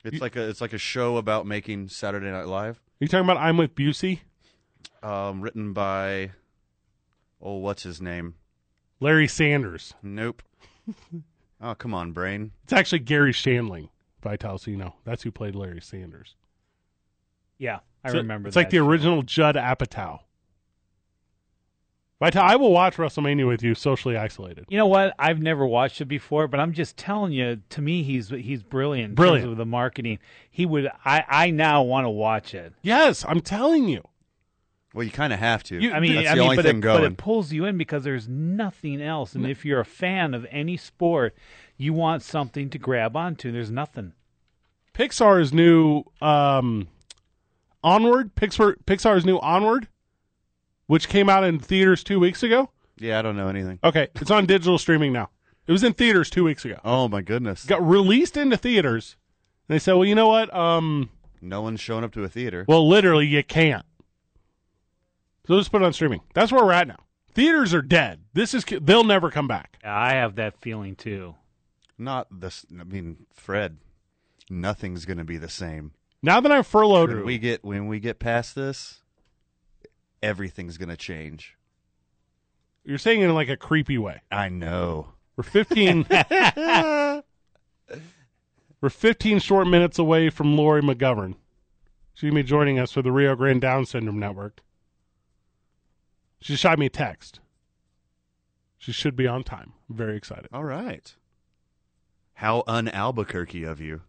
It's like a it's like a show about making Saturday Night Live.
you talking about I'm with Busey?
Um, written by oh, what's his name?
Larry Sanders.
Nope. oh, come on, brain.
It's actually Gary Shandling by Talcino. That's who played Larry Sanders.
Yeah, I
So
remember
It's
that.
like the original Judd Apatow. Vital, I will watch WrestleMania with you, socially isolated.
You know what? I've never watched it before, but I'm just telling you. To me, he's he's brilliant. in terms
Brilliant.
of the marketing. He would. I I now want to watch it.
Yes, I'm telling you.
Well, you kind of have to.
You-
I mean,
That's
I
the
mean,
only
but,
thing
it,
going.
but it pulls you in because there's nothing else. And if you're a fan of any sport, you want something to grab onto. There's nothing.
Pixar's new um, Onward, Pixar, Pixar's new Onward, which came out in theaters two weeks ago.
yeah, I don't know anything.
Okay, it's on digital streaming now. It was in theaters two weeks ago.
Oh my goodness.
Got released into theaters. And they said, well, you know what? Um,
No one's showing up to a theater.
well, literally, you can't. So just put it on streaming. That's where we're at now. Theaters are dead. This is they'll never come back.
I have that feeling too.
Not this. I mean, Fred. Nothing's gonna be the same.
Now that I'm furloughed,
When we get when we get past this, everything's gonna change.
you're saying it in like a creepy way.
I know.
We're 15. we're 15 short minutes away from Lori McGovern. She'll be joining us for the Rio Grande Down Syndrome Network. She shot me a text. She should be on time. I'm very excited.
All right. How un Albuquerque of you.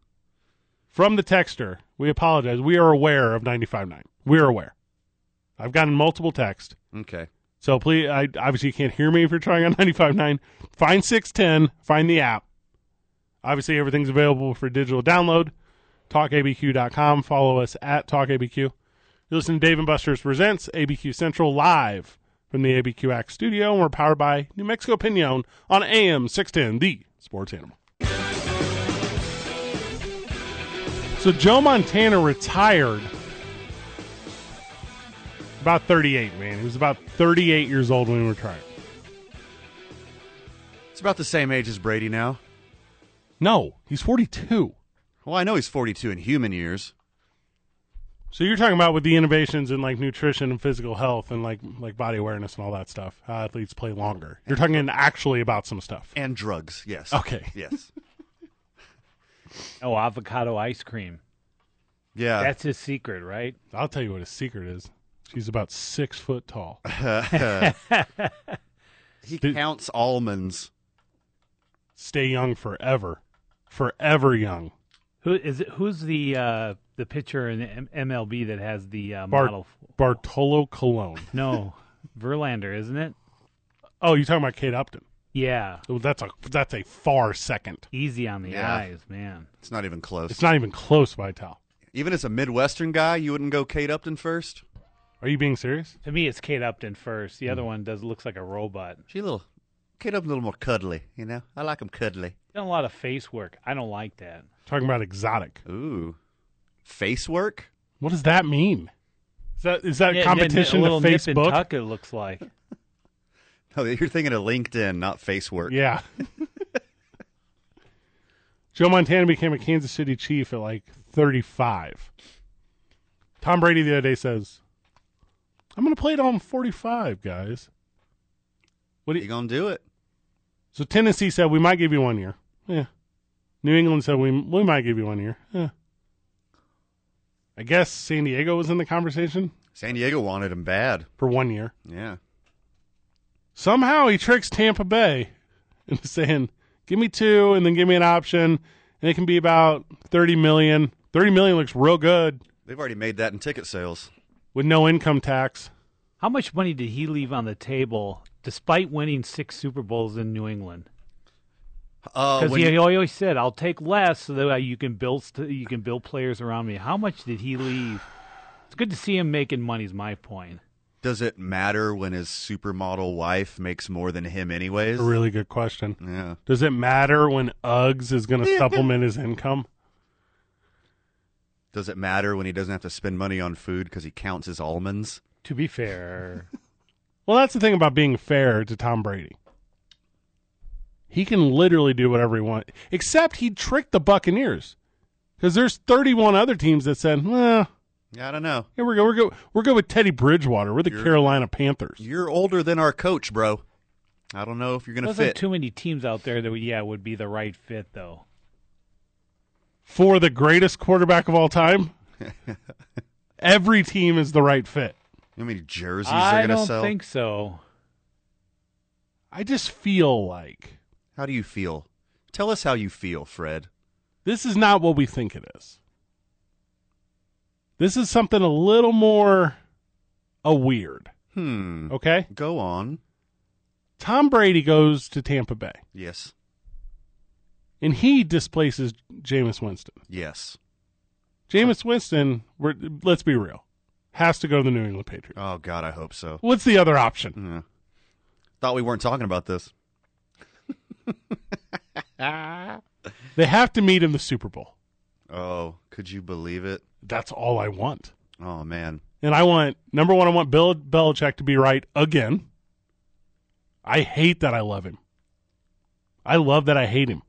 From the texter, we apologize. We are aware of 95.9. We are aware. I've gotten multiple texts.
Okay.
So please, I obviously you can't hear me if you're trying on 95.9. Find 610, find the app. Obviously, everything's available for digital download. TalkABQ.com. Follow us at TalkABQ. You listen to Dave and Buster's Presents ABQ Central live from the ABQX studio, and we're powered by New Mexico Pinon on AM 610, the sports animal. So Joe Montana retired about 38, man. He was about 38 years old when he retired.
It's about the same age as Brady now.
No, he's 42.
Well, I know he's 42 in human years.
So you're talking about with the innovations in like nutrition and physical health and like like body awareness and all that stuff. How athletes play longer. You're talking actually about some stuff.
And drugs, yes.
Okay.
Yes.
Oh, avocado ice cream.
Yeah.
That's his secret, right?
I'll tell you what his secret is. She's about six foot tall.
he counts almonds.
Stay young forever, forever young.
Who is it? Who's the uh, the pitcher in M- MLB that has the uh,
Bart-
model?
Bartolo Colon.
No, Verlander, isn't it?
Oh, you're talking about Kate Upton.
Yeah,
Oh, That's a that's a far second.
easy on the
Yeah.
eyes, man.
It's not even close.
It's not even close, Vital.
Even as a Midwestern guy, you wouldn't go Kate Upton first.
Are you being serious?
To me, it's Kate Upton first. The other
Hmm.
one does looks like a robot.
She a little Kate Upton's a little more cuddly, you know. I like him cuddly.
Done a lot of face work. I don't like that.
Talking about exotic.
Ooh, face work.
What does that mean? Is that is that
Yeah,
competition
a little
to
nip and
Facebook?
tuck, it looks like.
No, Oh, you're thinking of LinkedIn, not face work.
Yeah. Joe Montana became a Kansas City Chief at like 35. Tom Brady the other day says, "I'm going to play till I'm 45, guys." What do
You
you,
gonna do it?
so Tennessee said we might give you one year. Yeah. New England said we we might give you one year. Yeah. I guess San Diego was in the conversation
San Diego wanted him bad.
for one year.
Yeah.
somehow he tricks Tampa Bay into saying, "Give me two, and then give me an option, and it can be about thirty million. Thirty million looks real good
They've already made that in ticket sales.
with no income tax."
How much money did he leave on the table despite winning six Super Bowls in New England?
Uh,
Because
when
he
you-
always said, "I'll take less so that you can build st- you can build players around me." How much did he leave? It's good to see him making money. Is my point.
does it matter when his supermodel wife makes more than him, anyways?
A really good question.
Yeah.
Does it matter when Uggs is going to supplement his income?
Does it matter when he doesn't have to spend money on food because he counts his almonds?
To be fair,
Well, that's the thing about being fair to Tom Brady. He can literally do whatever he wants, except he tricked the Buccaneers because there's 31 other teams that said, "Well,
Yeah, I don't know.
Here we go. We're good. We're good with Teddy Bridgewater. We're the Carolina Panthers.
You're older than our coach, bro. I don't know if you're gonna
wasn't
fit.
too many teams out there that would, yeah would be the right fit though.
For the greatest quarterback of all time, every team is the right fit.
How many jerseys
I
they're gonna
don't
sell?
think so.
I just feel like
How do you feel? Tell us how you feel, Fred.
this is not what we think it is. This is something a little more a weird.
Hmm.
Okay?
Go on.
Tom Brady goes to Tampa Bay
Yes.
and he displaces Jameis Winston.
Yes.
Jameis Winston, we're, let's be real, has to go to the New England Patriots.
Oh God, I hope so.
What's the other option?
Yeah. Thought we weren't talking about this.
They have to meet in the Super Bowl.
Oh, could you believe it?
That's all I want.
Oh man.
And I want number one. I want Bill Belichick to be right again. I hate that I love him. I love that I hate him.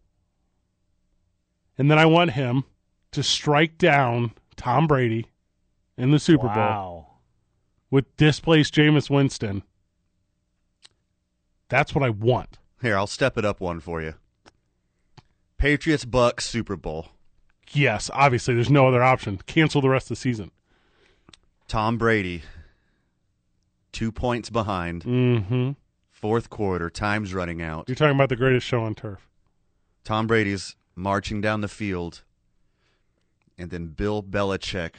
And then I want him to strike down Tom Brady in the Super Bowl
wow.
with displaced Jameis Winston. That's what I want.
Here, I'll step it up one for you. Patriots Bucks Super Bowl.
Yes, obviously, there's no other option. Cancel the rest of the season.
Tom Brady. Two points behind.
Mm-hmm.
Fourth quarter. Time's running out.
You're talking about the greatest show on turf.
Tom Brady's marching down the field, and then Bill Belichick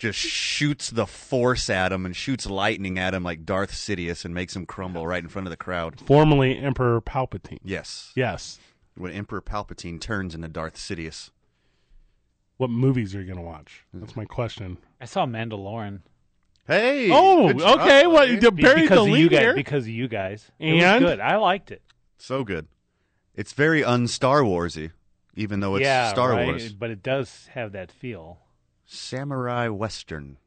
just shoots the force at him and shoots lightning at him like Darth Sidious and makes him crumble right in front of the crowd.
Formerly Emperor Palpatine.
Yes.
Yes.
When Emperor Palpatine turns into Darth Sidious.
What movies are you going to watch? That's my question.
I saw Mandalorian.
Hey. uh,
Oh,
good job,
okay. Well,
buddy.
you buried
because
the
of you
lead
guys.
here.
Because of you guys. it was
And?
good. I liked it.
so good. It's very un-Star Warsy, even though Oh, it's
yeah,
Star
right?
Wars.
But it does have that feel.
Samurai Western.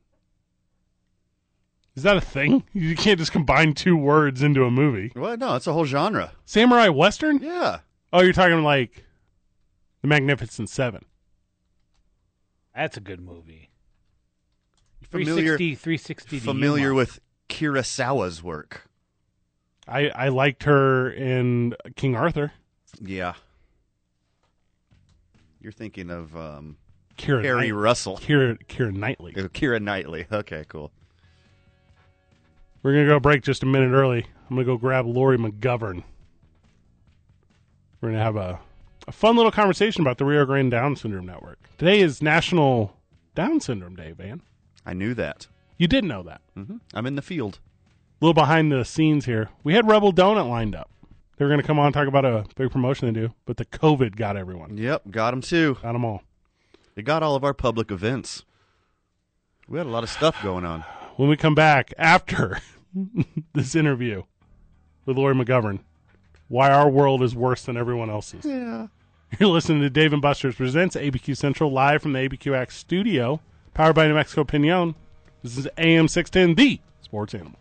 Is that a thing? You can't just combine two words into a movie.
What? No, it's a whole genre.
Samurai Western?
Yeah.
Oh, you're talking like The Magnificent Seven.
That's a good movie.
Familiar.
360, 360 to you,
Familiar
Mom.
with Kurosawa's work.
I, I liked her in King Arthur.
Yeah. You're thinking of um,
Kira
Harry
Knight-
Russell.
Kira, Kira Knightley.
Uh, Kira Knightley. Okay, cool.
We're going to go break just a minute early. I'm going to go grab Lori McGovern. We're going to have a, a fun little conversation about the Rio Grande Down Syndrome Network. Today is National Down Syndrome Day, Van.
I knew that.
You did know that.
hmm I'm in the field.
a little behind the scenes here. We had Rebel Donut lined up. They were going to come on and talk about a big promotion they do, but the COVID got everyone.
Yep, got him too.
Got them all.
They got all of our public events. We had a lot of stuff going on.
When we come back after this interview with Lori McGovern, why our world is worse than everyone else's.
Yeah.
You're listening to Dave and Buster's presents ABQ Central live from the ABQ Act studio, powered by New Mexico Pinon. This is AM 610, the sports animal.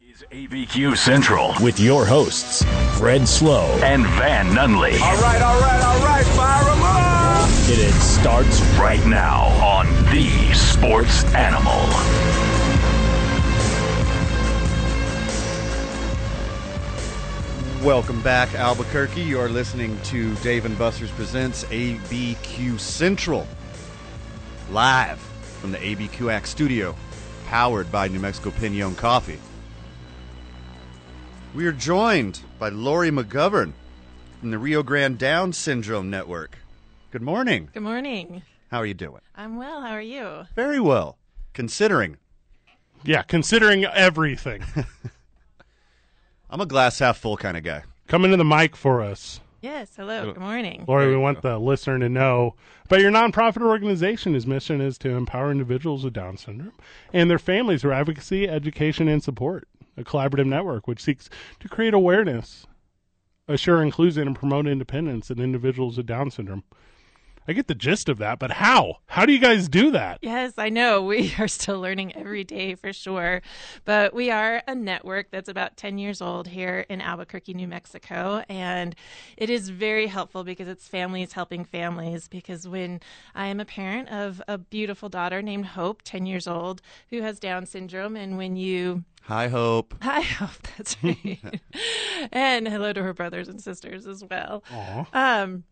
Is ABQ Central
with your hosts, Fred Slow,
and Van Nunley
All right, all right, all right, fire 'em up.
and it starts
right now on the sports animal.
Welcome back, Albuquerque. You are listening to Dave and Buster's Presents ABQ Central, live from the ABQ Act studio, powered by New Mexico Pinon Coffee. We are joined by Lori McGovern from the Rio Grande Down Syndrome Network. Good morning.
Good morning.
How are you doing?
I'm well. How are you?
Very well, considering.
Yeah, considering everything.
I'm a glass half full kind of guy.
come into the mic for us.
Yes. Hello. Good morning.
Lori, we want the listener to know about your nonprofit organization. His mission is to empower individuals with Down syndrome and their families through advocacy, education, and support. A collaborative network which seeks to create awareness, assure inclusion, and promote independence in individuals with Down syndrome. I get the gist of that, but how? How do you guys do that?
Yes, I know we are still learning every day for sure, but we are a network that's about 10 years old here in Albuquerque, New Mexico. And it is very helpful because it's families helping families. Because when I am a parent of a beautiful daughter named Hope, 10 years old, who has Down syndrome, and when you
High hope.
I hope that's right. and hello to her brothers and sisters as well. Um,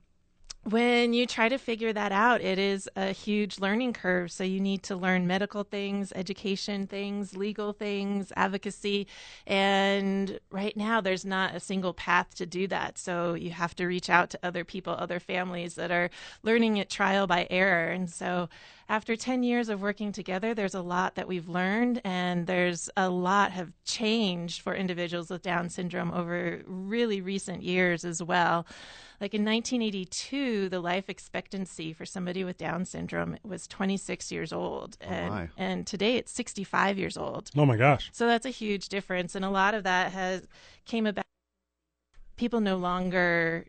when you try to figure that out, it is a huge learning curve. So you need to learn medical things, education things, legal things, advocacy. And right now, there's not a single path to do that. So you have to reach out to other people, other families that are learning it trial by error. And so after 10 years of working together, there's a lot that we've learned, and there's a lot have changed for individuals with Down syndrome over really recent years as well. Like in 1982, the life expectancy for somebody with Down syndrome was 26 years old,
my.
and, and today it's 65 years old.
Oh my gosh.
So that's a huge difference, and a lot of that has came about. People no longer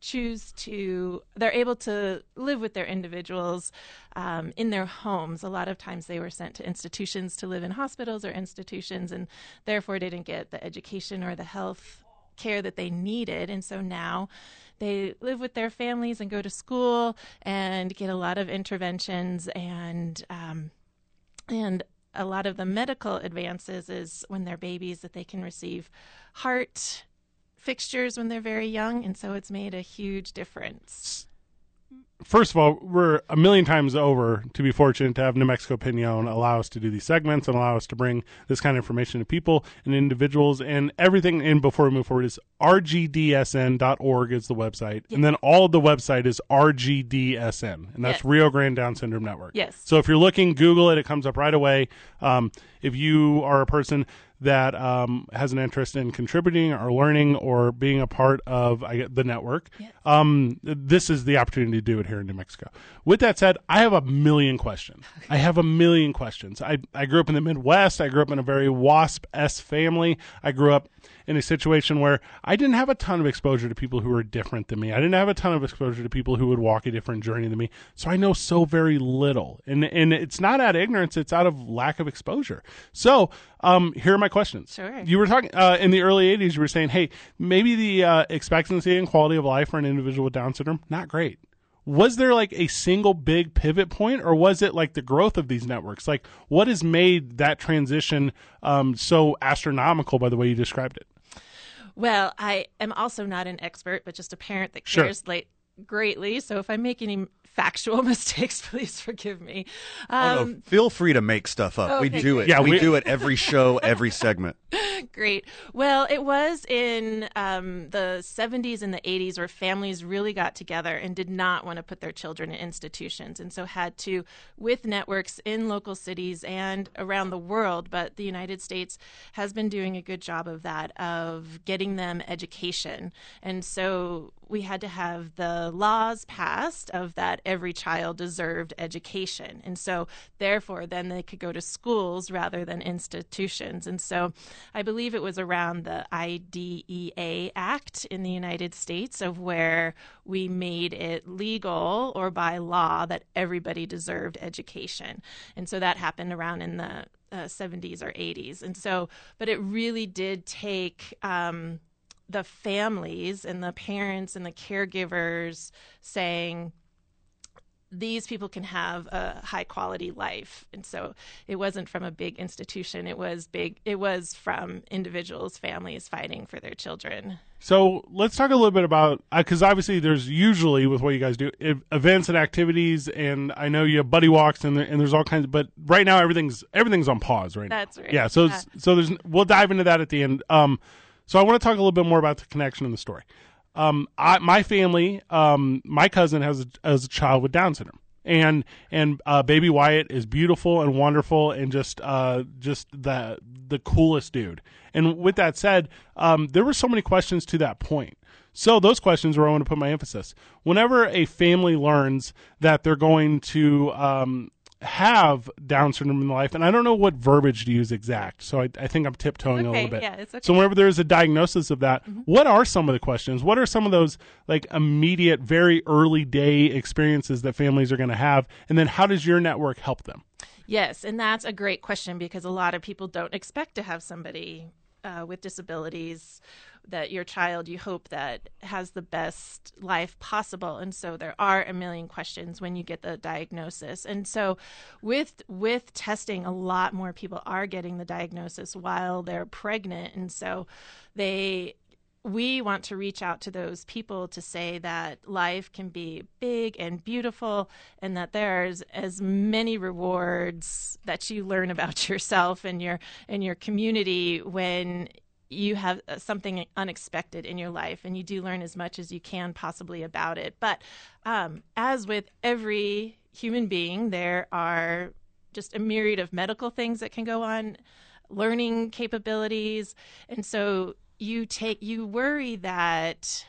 choose to; they're able to live with their individuals um, in their homes. A lot of times, they were sent to institutions to live in hospitals or institutions, and therefore didn't get the education or the health care that they needed. And so now they live with their families and go to school and get a lot of interventions and. Um, and a lot of the medical advances is when they're babies that they can receive heart fixtures when they're very young and so it's made a huge difference
first of all, we're a million times over to be fortunate to have New Mexico Pinon allow us to do these segments and allow us to bring this kind of information to people and individuals and everything. And before we move forward, is rgdsn.org is the website. And then all of the website is rgdsn, and that's
Yes.
Rio Grande Down Syndrome Network.
Yes.
So if you're looking, Google it. It comes up right away. Um, if you are a person that um, has an interest in contributing or learning or being a part of I get, the network, um, this is the opportunity to do it here in New Mexico. With that said, I have a million questions. I have a million questions. I, I grew up in the Midwest. I grew up in a very WASP S family. I grew up in a situation where I didn't have a ton of exposure to people who were different than me. I didn't have a ton of exposure to people who would walk a different journey than me. So I know so very little. And and it's not out of ignorance, it's out of lack of exposure. So um, here are my questions.
Sure.
You were talking uh, in the early 80s, you were saying, hey, maybe the uh, expectancy and quality of life for an individual with Down syndrome, not great. Was there like a single big pivot point, or was it like the growth of these networks? Like, what has made that transition um, so astronomical by the way you described it?
Well, I am also not an expert, but just a parent that
Sure.
cares like greatly. So if I make any factual mistakes, please forgive me.
Oh, no, feel free to make stuff up. We
okay,
do it.
great.
Yeah,
we,
we-
do it every show, every segment.
Great. Well, it was in um, the 70s and the 80s where families really got together and did not want to put their children in institutions. And so had to, with networks in local cities and around the world, but the United States has been doing a good job of that, of getting them education. And so we had to have the laws passed of that every child deserved education. And so, therefore, then they could go to schools rather than institutions. And so, I believe it was around the IDEA Act in the United States of where we made it legal or by law that everybody deserved education. And so, that happened around in the uh, 70s or 80s. And so, but it really did take. Um, the families and the parents and the caregivers saying these people can have a high quality life and so it wasn't from a big institution it was big it was from individuals families fighting for their children
So let's talk a little bit about because obviously there's usually with what you guys do ev- events and activities, and I know you have buddy walks and there, and there's all kinds. But right now everything's everything's on pause right now.
That's right.
Yeah. So
Yeah.
s- so there's we'll dive into that at the end. Um, so I want to talk a little bit more about the connection and the story. Um, I my family, um, my cousin has a, has a child with Down syndrome. And and uh, baby Wyatt is beautiful and wonderful and just uh, just the the coolest dude. And with that said, um, there were so many questions to that point. So those questions where I want to put my emphasis. Whenever a family learns that they're going to um, have Down syndrome in life, and I don't know what verbiage to use exact, so I, I think I'm tiptoeing a
okay.
little bit.
Yeah, it's okay. Mm-hmm.
So whenever there's a diagnosis of that, what are some of the questions? What are some of those like immediate, very early day experiences that families are going to have, and then how does your network help them?
Yes, and that's a great question because a lot of people don't expect to have somebody uh, with disabilities that your child you hope that has the best life possible and so there are a million questions when you get the diagnosis and so with with testing a lot more people are getting the diagnosis while they're pregnant and so they we want to reach out to those people to say that life can be big and beautiful and that there's as many rewards that you learn about yourself and your and your community when you have uh, something unexpected in your life and you do learn as much as you can possibly about it but um, as with every human being there are just a myriad of medical things that can go on learning capabilities and so you take you worry that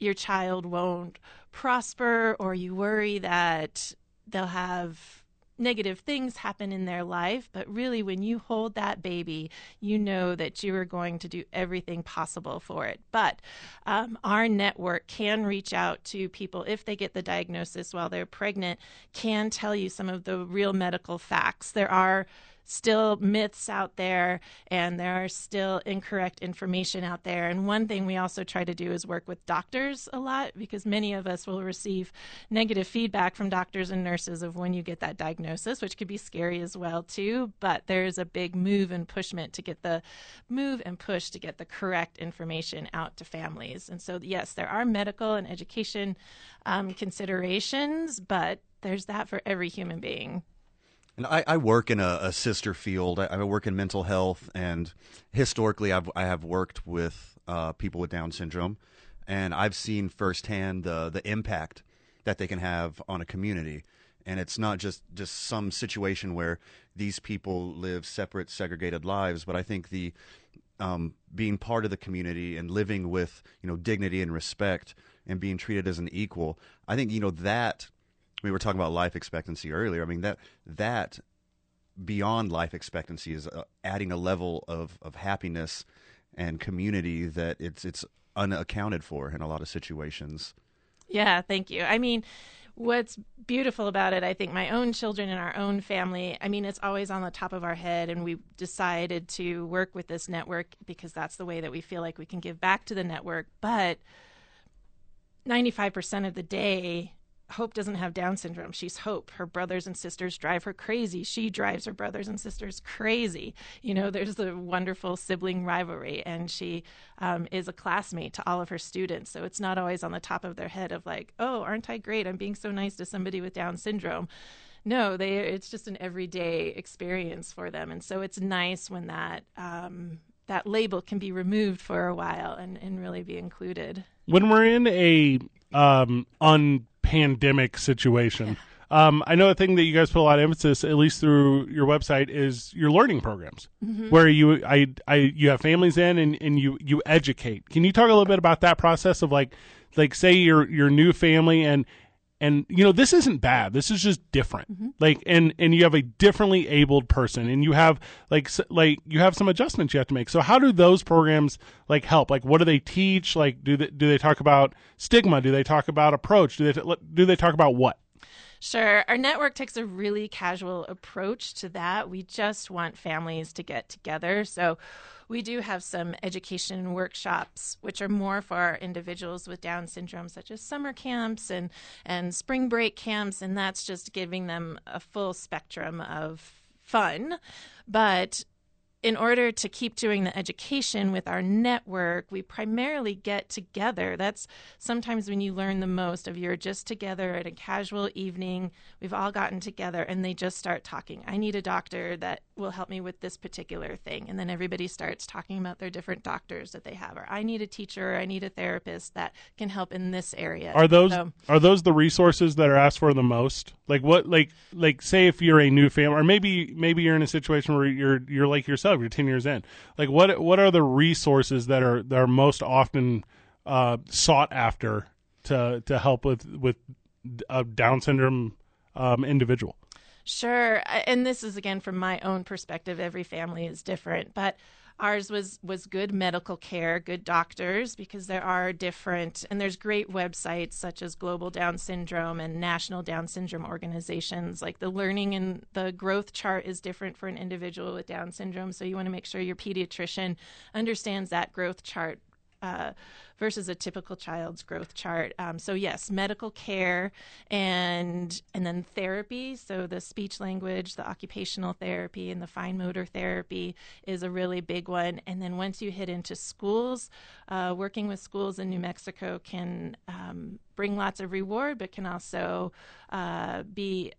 your child won't prosper or you worry that they'll have negative things happen in their life but really when you hold that baby you know that you are going to do everything possible for it but um, our network can reach out to people if they get the diagnosis while they're pregnant can tell you some of the real medical facts there are still myths out there and there are still incorrect information out there. And one thing we also try to do is work with doctors a lot because many of us will receive negative feedback from doctors and nurses of when you get that diagnosis, which could be scary as well too, but there's a big move and pushment to get the move and push to get the correct information out to families. And so yes, there are medical and education um, considerations, but there's that for every human being.
And I, I work in a, a sister field. I, I work in mental health, and historically, I've I have worked with uh, people with Down syndrome, and I've seen firsthand the the impact that they can have on a community. and it's not just just some situation where these people live separate segregated lives but i think the um, being part of the community and living with you know dignity and respect and being treated as an equal i think you know that we were talking about life expectancy earlier i mean that that beyond life expectancy is uh, adding a level of of happiness and community that it's it's unaccounted for in a lot of situations
Yeah, thank you. I mean, what's beautiful about it, I think my own children and our own family, I mean, it's always on the top of our head. And we decided to work with this network because that's the way that we feel like we can give back to the network. But 95% of the day, Hope doesn't have Down syndrome. She's Hope. Her brothers and sisters drive her crazy. She drives her brothers and sisters crazy. You know, there's the wonderful sibling rivalry, and she um, is a classmate to all of her students. So it's not always on the top of their head of like, oh, aren't I great? I'm being so nice to somebody with Down syndrome. No, they. It's just an everyday experience for them, and so it's nice when that um, that label can be removed for a while and and really be included.
when we're in a um unpandemic situation um i know a thing that you guys put a lot of emphasis at least through your website is your learning programs where you i i you have families in and, and you you educate can you talk a little bit about that process of like like say your your new family and and you know this isn't bad this is just different like and and you have a differently abled person and you have like s- like you have some adjustments you have to make so how do those programs like help like what do they teach like do they, do they talk about stigma do they talk about approach do they do they talk about what
Sure. Our network takes a really casual approach to that. We just want families to get together. So we do have some education workshops, which are more for individuals with Down syndrome, such as summer camps and, and spring break camps. And that's just giving them a full spectrum of fun. But in order to keep doing the education with our network, we primarily get together. That's sometimes when you learn the most of you're just together at a casual evening. We've all gotten together and they just start talking. I need a doctor that will help me with this particular thing. And then everybody starts talking about their different doctors that they have, or I need a teacher, or I need a therapist that can help in this area.
are those
So-
are those the resources that are asked for the most like what like like say if you're a new family or maybe maybe you're in a situation where you're you're like yourself you're 10 years in like what what are the resources that are that are most often uh sought after to to help with with a down syndrome um individual
Sure, I- and this is again from my own perspective. Every family is different, but ours was was good medical care, good doctors, because there are different and there's great websites such as Global Down Syndrome and National Down Syndrome organizations. Like the learning and the growth chart is different for an individual with Down syndrome, so you want to make sure your pediatrician understands that growth chart uh, versus a typical child's growth chart. Um, so yes, medical care and and then therapy. So the speech language, the occupational therapy, and the fine motor therapy is a really big one. And then once you hit into schools, uh, working with schools in New Mexico can um, bring lots of reward, but can also uh, be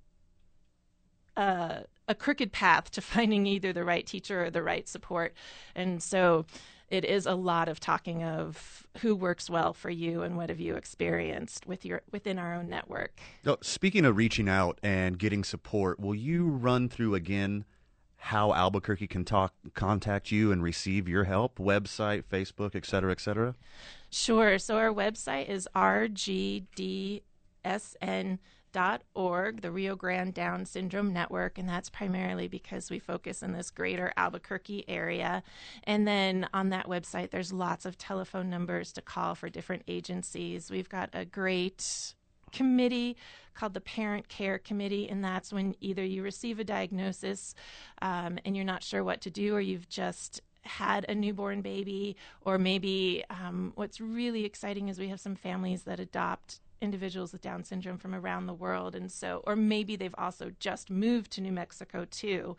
uh, a, a crooked path to finding either the right teacher or the right support. And so it is a lot of talking of who works well for you and what have you experienced with your within our own network.
Now, speaking of reaching out and getting support, will you run through again how Albuquerque can talk, contact you and receive your help? Website, Facebook, et cetera, et cetera.
Sure. So our website is rgdsn.org, the Rio Grande Down Syndrome Network, and that's primarily because we focus in this greater Albuquerque area. And then on that website, there's lots of telephone numbers to call for different agencies. We've got a great committee called the Parent Care Committee, and that's when either you receive a diagnosis um, and you're not sure what to do, or you've just had a newborn baby, or maybe um, what's really exciting is we have some families that adopt individuals with Down syndrome from around the world. And so, or maybe they've also just moved to New Mexico too.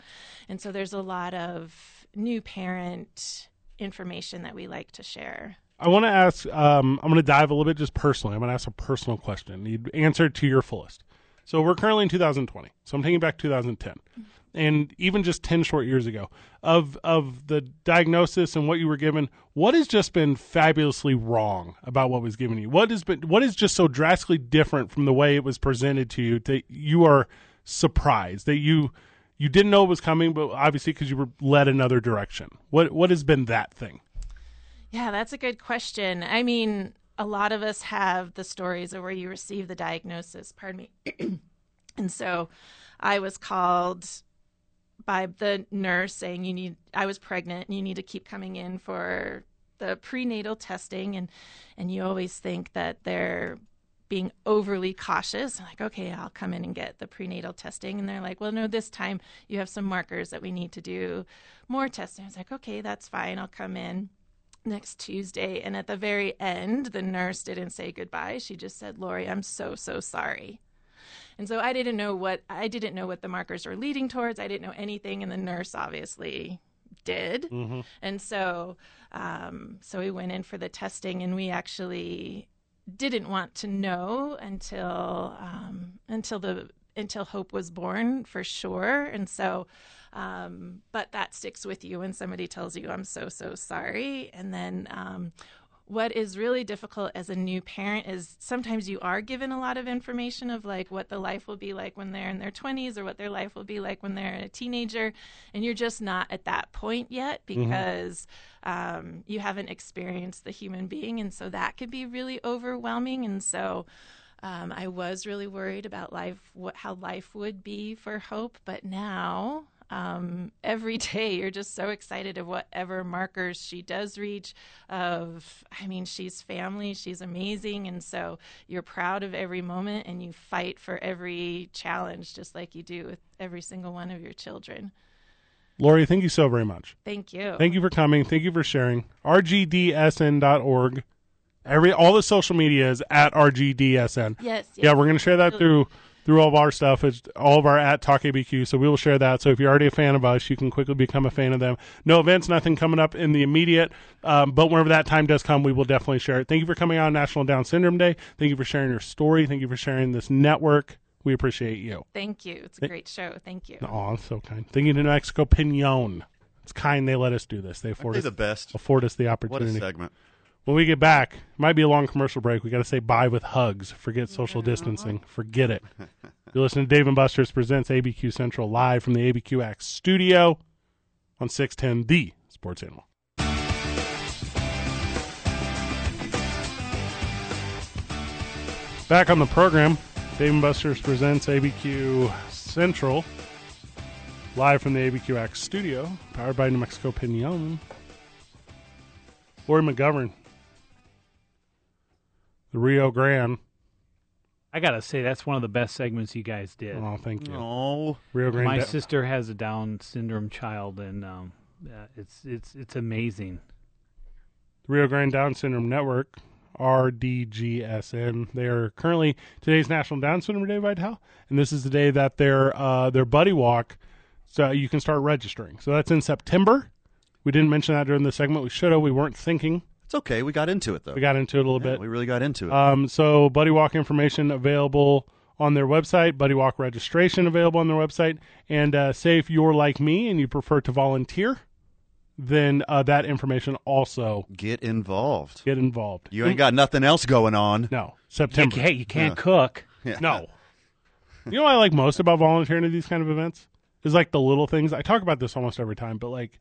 And so, there's a lot of new parent information that we like to share.
I want to ask. Um, I'm going to dive a little bit just personally. I'm going to ask a personal question. You answer it to your fullest. So we're currently in 2020. So I'm taking back 2010. and even just 10 short years ago of of the diagnosis and what you were given what has just been fabulously wrong about what was given you what has been what is just so drastically different from the way it was presented to you that you are surprised that you you didn't know it was coming but obviously because you were led another direction what what has been that thing
Yeah, that's a good question. I mean, a lot of us have the stories of where you receive the diagnosis, pardon me. and so I was called by the nurse saying you need I was pregnant and you need to keep coming in for the prenatal testing and and you always think that they're being overly cautious and like okay I'll come in and get the prenatal testing and they're like well no this time you have some markers that we need to do more testing I was like okay that's fine I'll come in next Tuesday. And at the very end, the nurse didn't say goodbye. She just said, Lori, I'm so, so sorry. And so I didn't know what I didn't know what the markers were leading towards. I didn't know anything, and the nurse obviously did. And so, um, so we went in for the testing, and we actually didn't want to know until um, until the until hope was born for sure. And so, um, but that sticks with you when somebody tells you, "I'm so so sorry," and then. Um, what is really difficult as a new parent is sometimes you are given a lot of information of like what the life will be like when they're in their 20s or what their life will be like when they're a teenager and you're just not at that point yet because um, you haven't experienced the human being and so that could be really overwhelming and so um, I was really worried about life, what, how life would be for Hope, but now um, every day you're just so excited of whatever markers she does reach. Of, I mean, she's family, she's amazing, and so you're proud of every moment and you fight for every challenge, just like you do with every single one of your children.
lori thank you so very much
Thank you.
Thank you for coming. Thank you for sharing. RGDSN.org. Every all the social media is at RGDSN.
Yes, yes.
Yeah, we're gonna share that through through all of our stuff. It's all of our at Talk ABQ. So we will share that. So if you're already a fan of us, you can quickly become a fan of them. No events, nothing coming up in the immediate. Um, but whenever that time does come, we will definitely share it. Thank you for coming on National Down Syndrome Day. Thank you for sharing your story. Thank you for sharing this network. We appreciate you.
Thank you. It's a great show. Thank you.
Oh, that's so kind. Thank you to New Mexico Pinon. It's kind they let us do this. They afford
You're
us
the best.
afford us the
What a
opportunity.
segment.
When we get back, might be a long commercial break. We got to say bye with hugs. Forget social distancing. Forget it. You're listening to Dave and Buster's presents ABQ Central live from the ABQ Act studio on 610 The Sports Animal. Back on the program, Dave and Buster's presents ABQ Central live from the ABQ Act studio, powered by New Mexico Pinon. Lori McGovern, the Rio Grande.
I gotta say that's one of the best segments you guys did.
Oh, thank you.
Oh,
Rio Grande.
My sister has a Down syndrome child, and um, uh, it's it's it's amazing.
Rio Grande Down Syndrome Network, RDGSN. They are currently today's National Down Syndrome Day, Vital, and this is the day that their uh, their buddy walk. So you can start registering. So that's in September. We didn't mention that during the segment. We should have. We weren't thinking.
it's okay. We got into it though.
We got into it a little
Yeah,
bit.
we really got into it.
Um, so Buddy Walk information available on their website, Buddy Walk registration available on their website, and uh, say if you're like me and you prefer to volunteer, then uh, that information also
get involved.
get involved.
You ain't got nothing else going on.
You
no September.
ca- hey, you can't cook.
No. you know what I like most about volunteering at these kind of events is like the little things. I talk about this almost every time, but like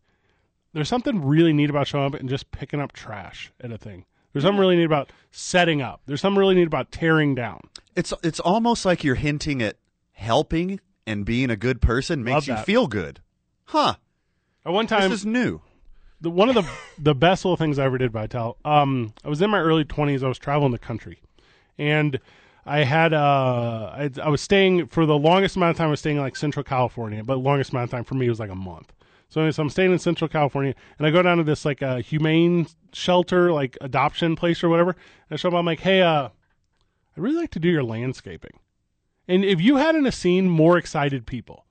there's something really neat about showing up and just picking up trash at a thing. There's something really neat about setting up. There's something really neat about tearing down.
It's it's almost like you're hinting at helping and being a good person
Love
makes you
that.
feel good. Huh.
At one
This
time,
is new.
the, one of the the best little things I ever did, Vital. Um, I was in my early twenties. I was traveling the country, and I had uh, I, I was staying for the longest amount of time. I was staying in like Central California, but longest amount of time for me was like a month. So, anyways, I'm staying in Central California, and I go down to this like uh, humane shelter, like adoption place or whatever. And I show up. I'm like, hey, uh, I'd really like to do your landscaping. And if you hadn't have seen more excited people,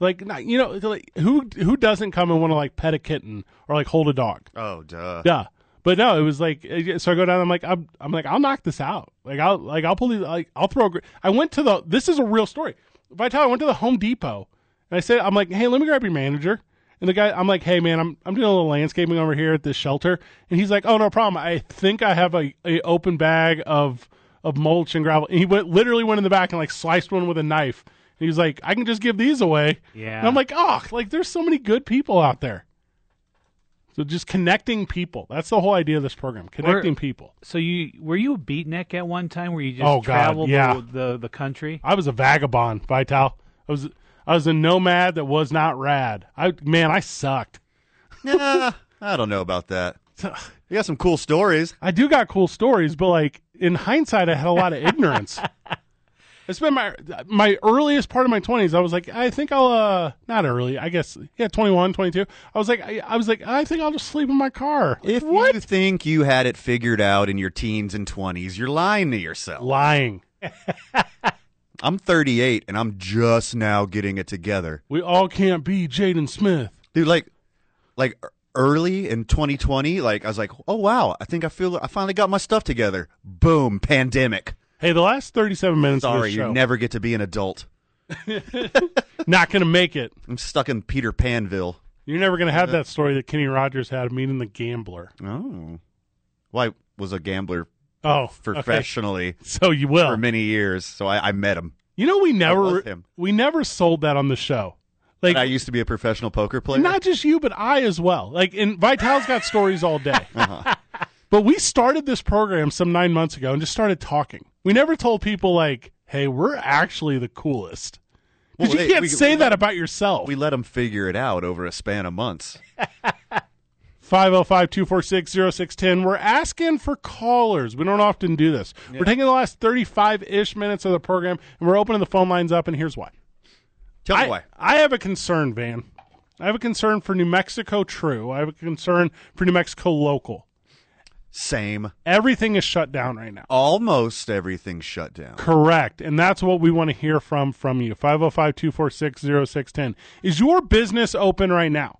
like not- you know, like, who who doesn't come and want to like pet a kitten or like hold a dog?
Oh, duh.
Yeah, but no, it was like uh, so. I go down. I'm like I'm, I'm like I'll knock this out. Like I'll like I'll pull these. Like I'll throw. A, gr- I went to the. This is a real story. Vital. I went to the Home Depot. and And I said, I'm like, hey, let me grab your manager. And the guy, I'm like, hey, man, I'm, I'm doing a little landscaping over here at this shelter. And he's like, oh, no problem. I think I have a, a open bag of, of mulch and gravel. And he went, literally went in the back and like sliced one with a knife. And he was like, I can just give these away.
Yeah.
And I'm like, oh, like there's so many good people out there. So just connecting people. That's the whole idea of this program, connecting people.
So you were you a beatnik at one time where you just
Oh, God,
traveled
yeah.
the, the the country?
I was a vagabond, Vital. I was I was a nomad that was not rad. I man, I sucked.
Nah, I don't know about that. You got some cool stories.
I do got cool stories, but like in hindsight, I had a lot of ignorance. I spent my my earliest part of my twenties. I was like, I think I'll uh not early. I guess yeah, 21, 22. I was like, I, I was like, I think I'll just sleep in my car.
If you think you had it figured out in your teens and 20s, you're lying to yourself.
Lying.
I'm 38 and I'm just now getting it together.
We all can't be Jaden Smith.
Dude, like like early in 2020, like I was like, "Oh wow, I think I feel I finally got my stuff together." Boom, pandemic.
Hey, the last thirty-seven minutes. of
Sorry,
this
you
show,
never get to be an adult.
not gonna make it.
I'm stuck in Peter Panville.
You're never gonna
Uh-huh.
have that story that Kenny Rogers had meeting the gambler.
Oh. Well, I was a gambler
Oh, okay. Oh.
professionally
So you will.
for many years, so I, I met him.
You know, we never
love him.
we never sold that on the show. Like
And I used to be a professional poker player.
not just you, but I as well. Like, and Vital's got stories all day.
Uh-huh.
But we started this program some nine months ago and just started talking. We never told people like, "Hey, we're actually the coolest."
Well,
Because you
hey,
can't
we-
say
we-
that about yourself.
we let him figure it out over a span of months.
505-246-0610. We're asking for callers. We don't often do this. We're taking the last 35-ish minutes of the program and we're opening the phone lines up and here's why.
Tell
I,
me why.
I have a concern, Van. I have a concern for New Mexico True. I have a concern for New Mexico Local.
Same.
Everything is shut down right now.
Almost everything shut down.
Correct. And that's what we want to hear from from you. 505-246-0610. Is your business open right now?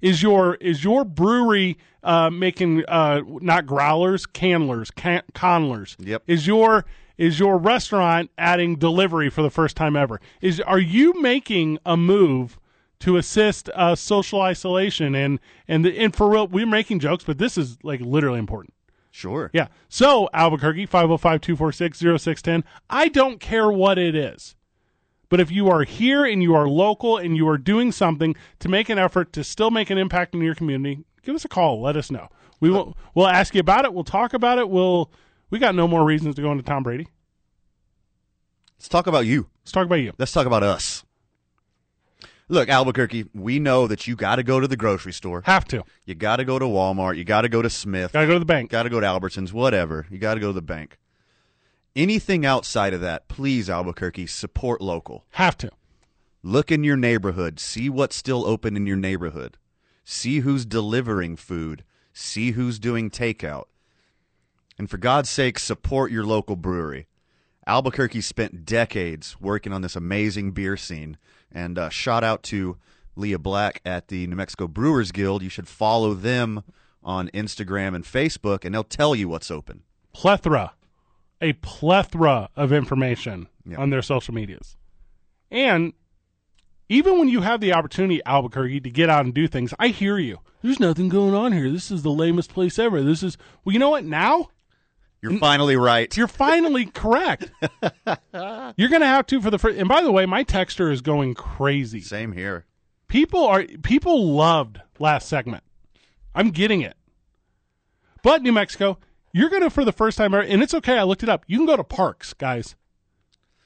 Is your is your brewery uh, making uh, not growlers, candlers, can- conlers?
Yep.
Is your is your restaurant adding delivery for the first time ever? Is are you making a move to assist uh, social isolation and and the and for real? We're making jokes, but this is like literally important.
Sure.
Yeah. So, Albuquerque, 505 246 0610. I don't care what it is. But if you are here and you are local and you are doing something to make an effort to still make an impact in your community, give us a call. Let us know. We will, we'll ask you about it. We'll talk about it. We'll, we got no more reasons to go into Tom Brady.
Let's talk about you.
Let's talk about you.
Let's talk about us. Look, Albuquerque, we know that you got to go to the grocery store.
Have to.
You got to go to Walmart. You got to go to Smith.
Got to go to the bank.
Got to go to Albertsons, whatever. You got to go to the bank. Anything outside of that, please, Albuquerque, support local.
Have to.
Look in your neighborhood. See what's still open in your neighborhood. See who's delivering food. See who's doing takeout. And for God's sake, support your local brewery. Albuquerque spent decades working on this amazing beer scene. And uh, shout out to Leah Black at the New Mexico Brewers Guild. You should follow them on Instagram and Facebook, and they'll tell you what's open.
plethora, a plethora of information
Yeah.
on their social medias. And even when you have the opportunity, Albuquerque, to get out and do things, I hear you. There's nothing going on here. This is the lamest place ever. This is, well, you know what? Now
You're finally right.
you're finally correct. You're going to have to for the first. And by the way, my texter is going crazy.
Same here.
People are people loved last segment. I'm getting it. But New Mexico, you're gonna for the first time ever, and it's okay. I looked it up. You can go to parks, guys.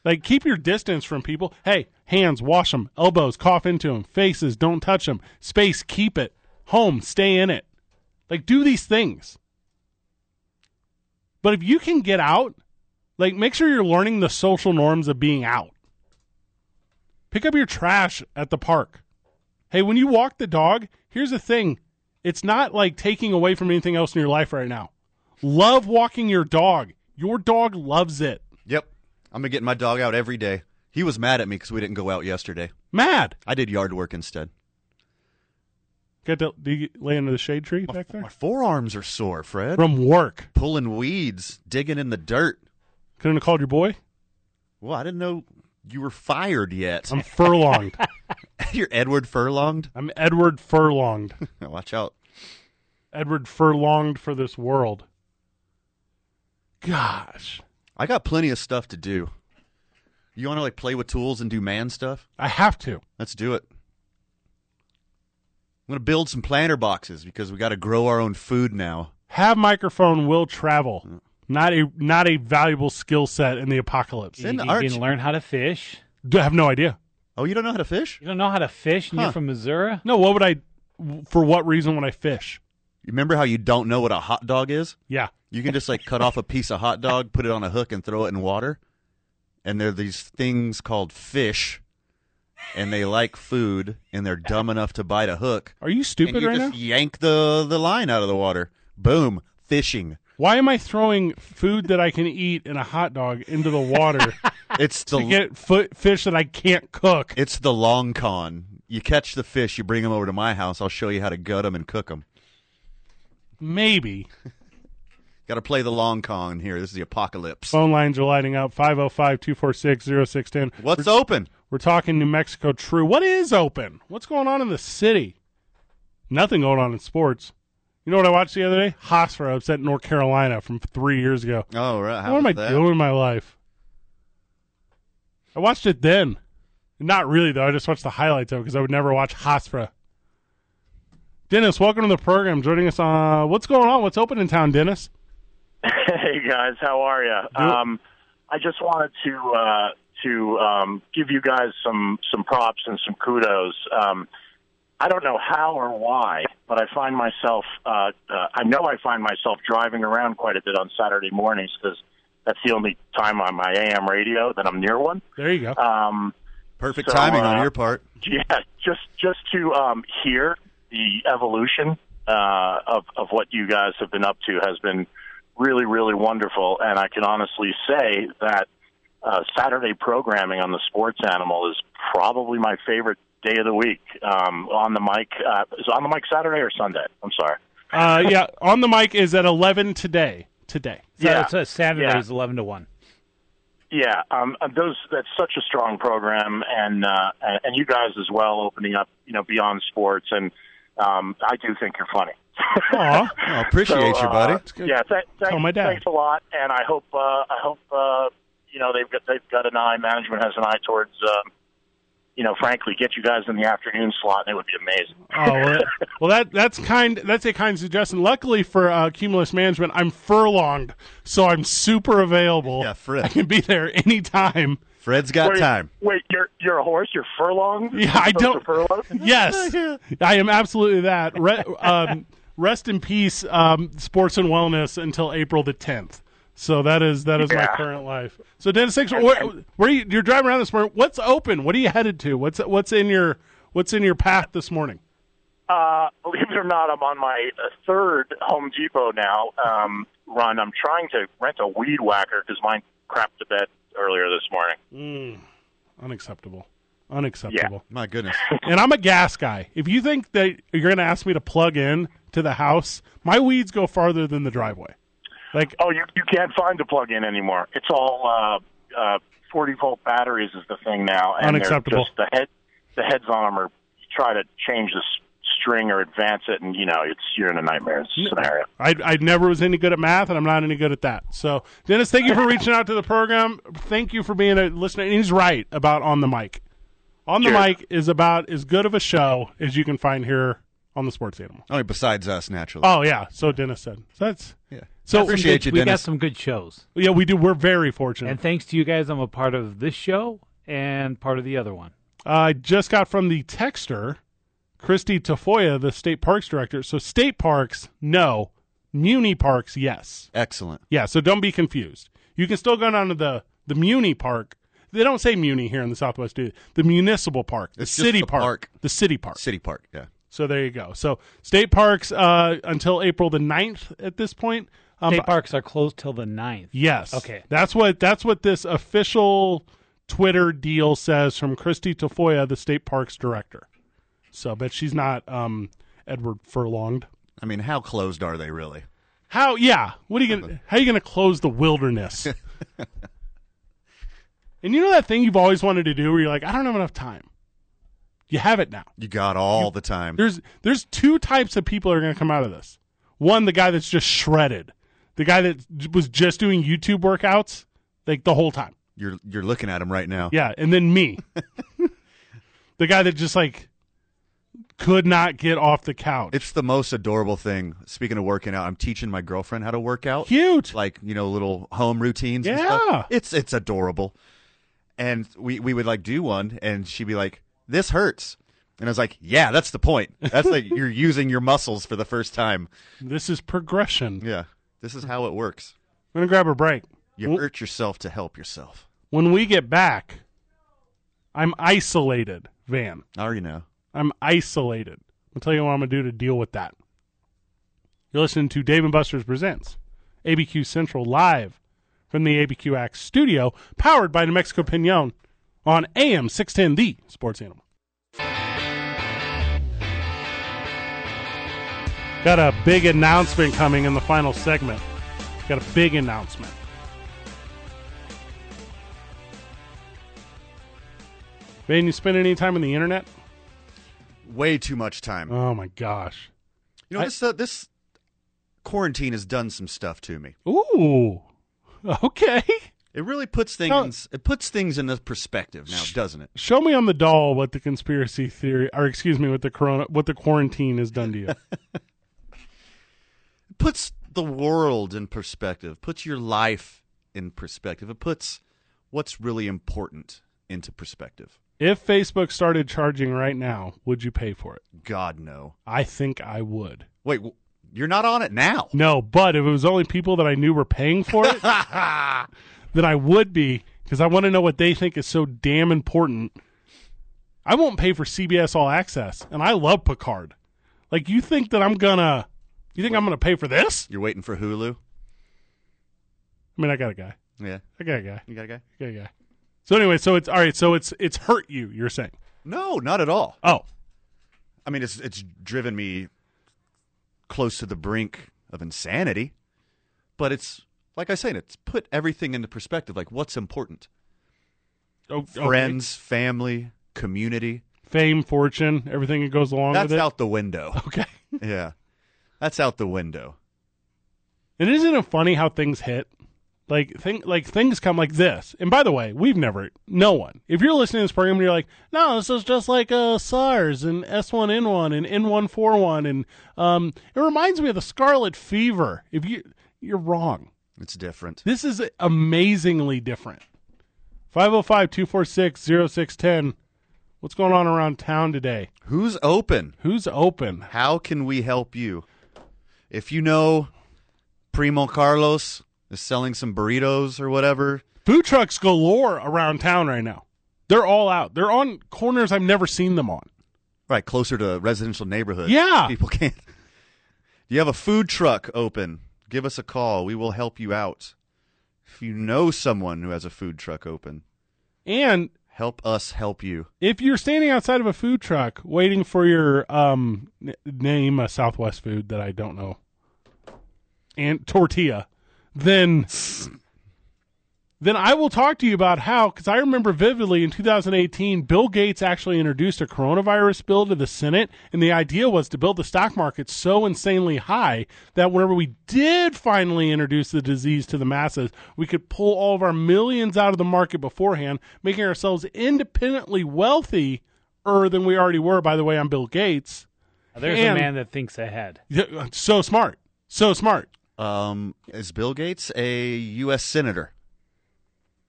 Like keep your distance from people. Hey, hands, wash them. Elbows, cough into them. Faces, don't touch them. Space, keep it. Home, stay in it. Like do these things. But if you can get out, like make sure you're learning the social norms of being out. Pick up your trash at the park. Hey, when you walk the dog, here's the thing it's not like taking away from anything else in your life right now. Love walking your dog. Your dog loves it.
Yep. I'm going to get my dog out every day. He was mad at me because we didn't go out yesterday.
Mad.
I did yard work instead.
Got to do you lay under the shade tree back there?
My forearms are sore, Fred.
From work.
Pulling weeds, digging in the dirt.
Couldn't have called your boy.
Well, I didn't know you were fired yet.
I'm furlonged.
You're Edward Furlonged?
I'm Edward Furlonged.
Watch out.
Edward Furlonged for this world. Gosh.
I got plenty of stuff to do. You want to like play with tools and do man stuff?
I have to.
Let's do it. I'm going to build some planter boxes because we got to grow our own food now.
Have microphone will travel. Not a not a valuable skill set in the apocalypse.
Then
you, you
aren't
can
you-
learn how to fish.
I have no idea.
Oh, you don't know how to fish?
You don't know how to fish, and
Huh.
you're from Missouri.
No, what would I? For what reason would I fish?
You remember how you don't know what a hot dog is?
Yeah.
You can just like cut off a piece of hot dog, put it on a hook, and throw it in water. And there are these things called fish, and they like food, and they're dumb enough to bite a hook.
Are you
And
stupid
you
right
just
now?
yank the the line out of the water. Boom, fishing.
Why am I throwing food that I can eat in a hot dog into the water
It's
to
the
get fo- fish that I can't cook?
it's the long con. You catch the fish, you bring them over to my house. I'll show you how to gut them and cook them.
Maybe.
Got to play the long con here. This is the apocalypse.
Phone lines are lighting up 505 246 0610.
What's open?
We're talking New Mexico True. What is open? What's going on in the city? Nothing going on in sports. You know what I watched the other day? Hofstra upset North Carolina from three years ago.
Oh, right. How
what am I
was that?
doing in my life? I watched it then. Not really, though. I just watched the highlights of it because I would never watch Hofstra. Dennis, welcome to the program. Joining us on what's going on? What's open in town, Dennis?
Hey guys, how are you? Um, I just wanted to uh, to um, give you guys some some props and some kudos. Um, I don't know how or why, but I find myself uh, uh, I know I find myself driving around quite a bit on Saturday mornings because that's the only time on my AM radio that I'm near one.
There you go.
Um,
Perfect
So,
timing on
uh,
your part.
yeah, just just to um, hear the evolution uh, of of what you guys have been up to has been really really wonderful, and I can honestly say that uh, Saturday programming on the Sports Animal is probably my favorite day of the week. Um, on the mic uh, is on the mic Saturday or Sunday? I'm sorry.
Uh, yeah, on the mic is at eleven today. Today.
So
Yeah.
it's, uh, Saturday
Yeah.
is eleven to one.
Yeah, um, those that's such a strong program, and uh, and and you guys as well, opening up you know beyond sports, and um, I do think you're funny.
Aw.
Oh, appreciate
So,
you,
uh,
buddy.
good.
Yeah, th- th-
Tell my dad.
thanks a lot, and I hope uh, I hope uh, you know they've got they've got an eye. Management has an eye towards um, you know, frankly, get you guys in the afternoon slot, and it would be amazing.
Oh well, that, well, that that's kind. That's a kind suggestion. Luckily for uh, Cumulus Management, I'm furlonged, so I'm super available.
Yeah, Fred.
I can be there anytime.
Fred's got
wait,
time.
Wait, you're you're a horse? You're furlonged?
Yeah, I
You're
don't-
furlonged?
Yes, I am absolutely that. Re- um, rest in peace, um, sports and wellness until April the 10th. So that is that is my
Yeah.
current life. So Dennis, thanks. for- Where, where you, you're driving around this morning? What's open? What are you headed to? What's what's in your what's in your path this morning?
Uh, believe it or not, I'm on my uh, third Home Depot now um, run. I'm trying to rent a weed whacker because mine crapped to bed earlier this morning.
Unacceptable. Unacceptable.
My goodness.
and I'm a gas guy. If you think that you're going to ask me to plug in to the house, my weeds go farther than the driveway. Like,
Oh, you you can't find the plug-in anymore. It's all uh, uh, 40 volt batteries is the thing now. And they're
Unacceptable.
Just the head the heads on them are you try to change the s- string or advance it, and you know it's you're in a nightmare scenario.
I, I never was any good at math, and I'm not any good at that. So, Dennis, thank you for reaching out to the program. Thank you for being a listener. And he's right about on the mic. On the
Sure.
mic is about as good of a show as you can find here on the Sports Animal.
Oh, besides us, naturally.
Oh yeah, so Dennis said. So that's
yeah.
so
Appreciate you,
we got
Dennis.
some good shows,
yeah we do. We're very fortunate.
and thanks to you guys, I'm a part of this show and part of the other one.
I just got from the texter, Christy Tafoya, the state parks director. So state parks, no. Muni parks, yes.
Excellent.
Yeah, so don't be confused. You can still go down to the, the Muni park. They don't say Muni here in the Southwest, do they? The municipal park, the
It's just
city
the
park,
park.
the city park.
City Park. Yeah.
So there you go. So state parks uh, until April the 9th at this point. Um,
State parks are closed till the 9th.
Yes.
Okay.
That's what that's what this official Twitter deal says from Christy Tafoya, the state parks director. So, but she's not um, Edward Furlonged.
I mean, how closed are they really?
How? Yeah. What are you gonna? How are you gonna close the wilderness? and you know that thing you've always wanted to do, where you're like, I don't have enough time. You have it now.
You got all the time.
There's there's two types of people that are going to come out of this. One, the guy that's just shredded, the guy that was just doing YouTube workouts like the whole time.
You're you're looking at him right now.
Yeah, and then me, the guy that just like could not get off the couch.
It's the most adorable thing. Speaking of working out, I'm teaching my girlfriend how to work out.
Cute.
Like, you know, little home routines and
Yeah.
stuff. It's it's adorable. And we we would like do one and she'd be like, "This hurts." And I was like, "Yeah, that's the point. That's like you're using your muscles for the first time."
This is progression.
Yeah. This is how it works.
I'm going to grab a break.
You hurt yourself to help yourself.
When we get back, I'm isolated, Van.
I already know.
I'm isolated. I'll tell you what I'm going to do to deal with that. You're listening to Dave and Buster's Presents, ABQ Central live from the ABQ Axe studio, powered by New Mexico Pinon on AM 610, the sports animal. Got a big announcement coming in the final segment. Got a big announcement. Man, you spend any time on the internet?
Way too much time.
Oh my gosh.
you know, this uh, this quarantine has done some stuff to me.
Ooh. Okay.
It really puts things
No.
it puts things in the perspective now, doesn't it?
Show me on the doll what the conspiracy theory or excuse me, what the corona what the quarantine has done to you.
It puts the world in perspective, puts your life in perspective. It puts what's really important into perspective.
if Facebook started charging right now, would you pay for it?
God no.
I think I would.
Wait, w- you're not on it now.
No, but if it was only people that I knew were paying for it, then I would be because I want to know what they think is so damn important. I won't pay for CBS All Access, and I love Picard. Like you think that I'm gonna you think I'm gonna pay for this?
You're waiting for Hulu.
I mean I got a guy.
Yeah,
I got a guy.
you got a guy?
Yeah, yeah. So anyway, so it's all right. So it's it's hurt you. You're saying?
No, not at all.
Oh,
I mean, it's it's driven me close to the brink of insanity, but it's like I said, it's put everything into perspective. Like what's important:
o- okay.
friends, family, community.
fame, fortune, everything that goes along
That's
with it.
out the window.
okay.
yeah, that's out the window.
And isn't it funny how things hit? Like thing, like things come like this. And by the way, we've never, no one. If you're listening to this program, and you're like, no, this is just like uh, SARS and S1N1 and N141, and um, it reminds me of the Scarlet Fever. If you, you're wrong.
It's different.
This is amazingly different. 505 246 0610. What's going on around town today?
Who's open?
Who's open?
How can we help you? If you know Primo Carlos is selling some burritos or whatever,
Food trucks galore around town right now. They're all out. They're on corners I've never seen them on.
right closer to residential neighborhood.
Yeah.
people can't. Do you have a food truck open? Give us a call. We will help you out. If you know someone who has a food truck open,
And
help us help you.
if you're standing outside of a food truck waiting for your um n- name a Southwest food that I don't know and tortilla, then then I will talk to you about how because I remember vividly in 2018 Bill Gates actually introduced a coronavirus bill to the Senate and the idea was to build the stock market so insanely high that whenever we did finally introduce the disease to the masses we could pull all of our millions out of the market beforehand making ourselves independently wealthy er than we already were by the way I'm Bill Gates
There's
And-
a man that thinks ahead.
Yeah, uh, so smart so smart
Um, is Bill Gates a U.S. senator?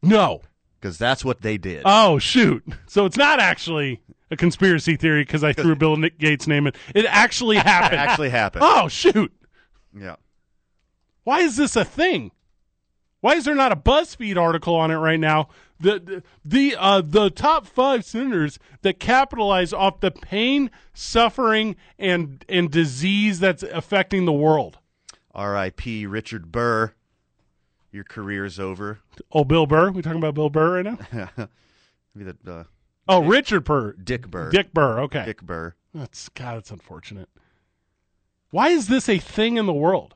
no
Because that's what they did.
Oh shoot! So it's not actually a conspiracy theory because I threw Bill Nick Gates' name in. It actually
It
happened.
actually happened.
Oh shoot!
Yeah.
Why is this a thing? Why is there not a BuzzFeed article on it right now? The the the, uh, the top five senators that capitalize off the pain, suffering, and and disease that's affecting the world.
R.I.P. Richard Burr. Your career's over.
Oh, Bill Burr. We talking about Bill Burr right now?
Maybe the uh,
Oh, Richard Burr.
Dick Burr.
Dick Burr. Okay.
Dick Burr.
That's God. That's unfortunate. Why is this a thing in the world?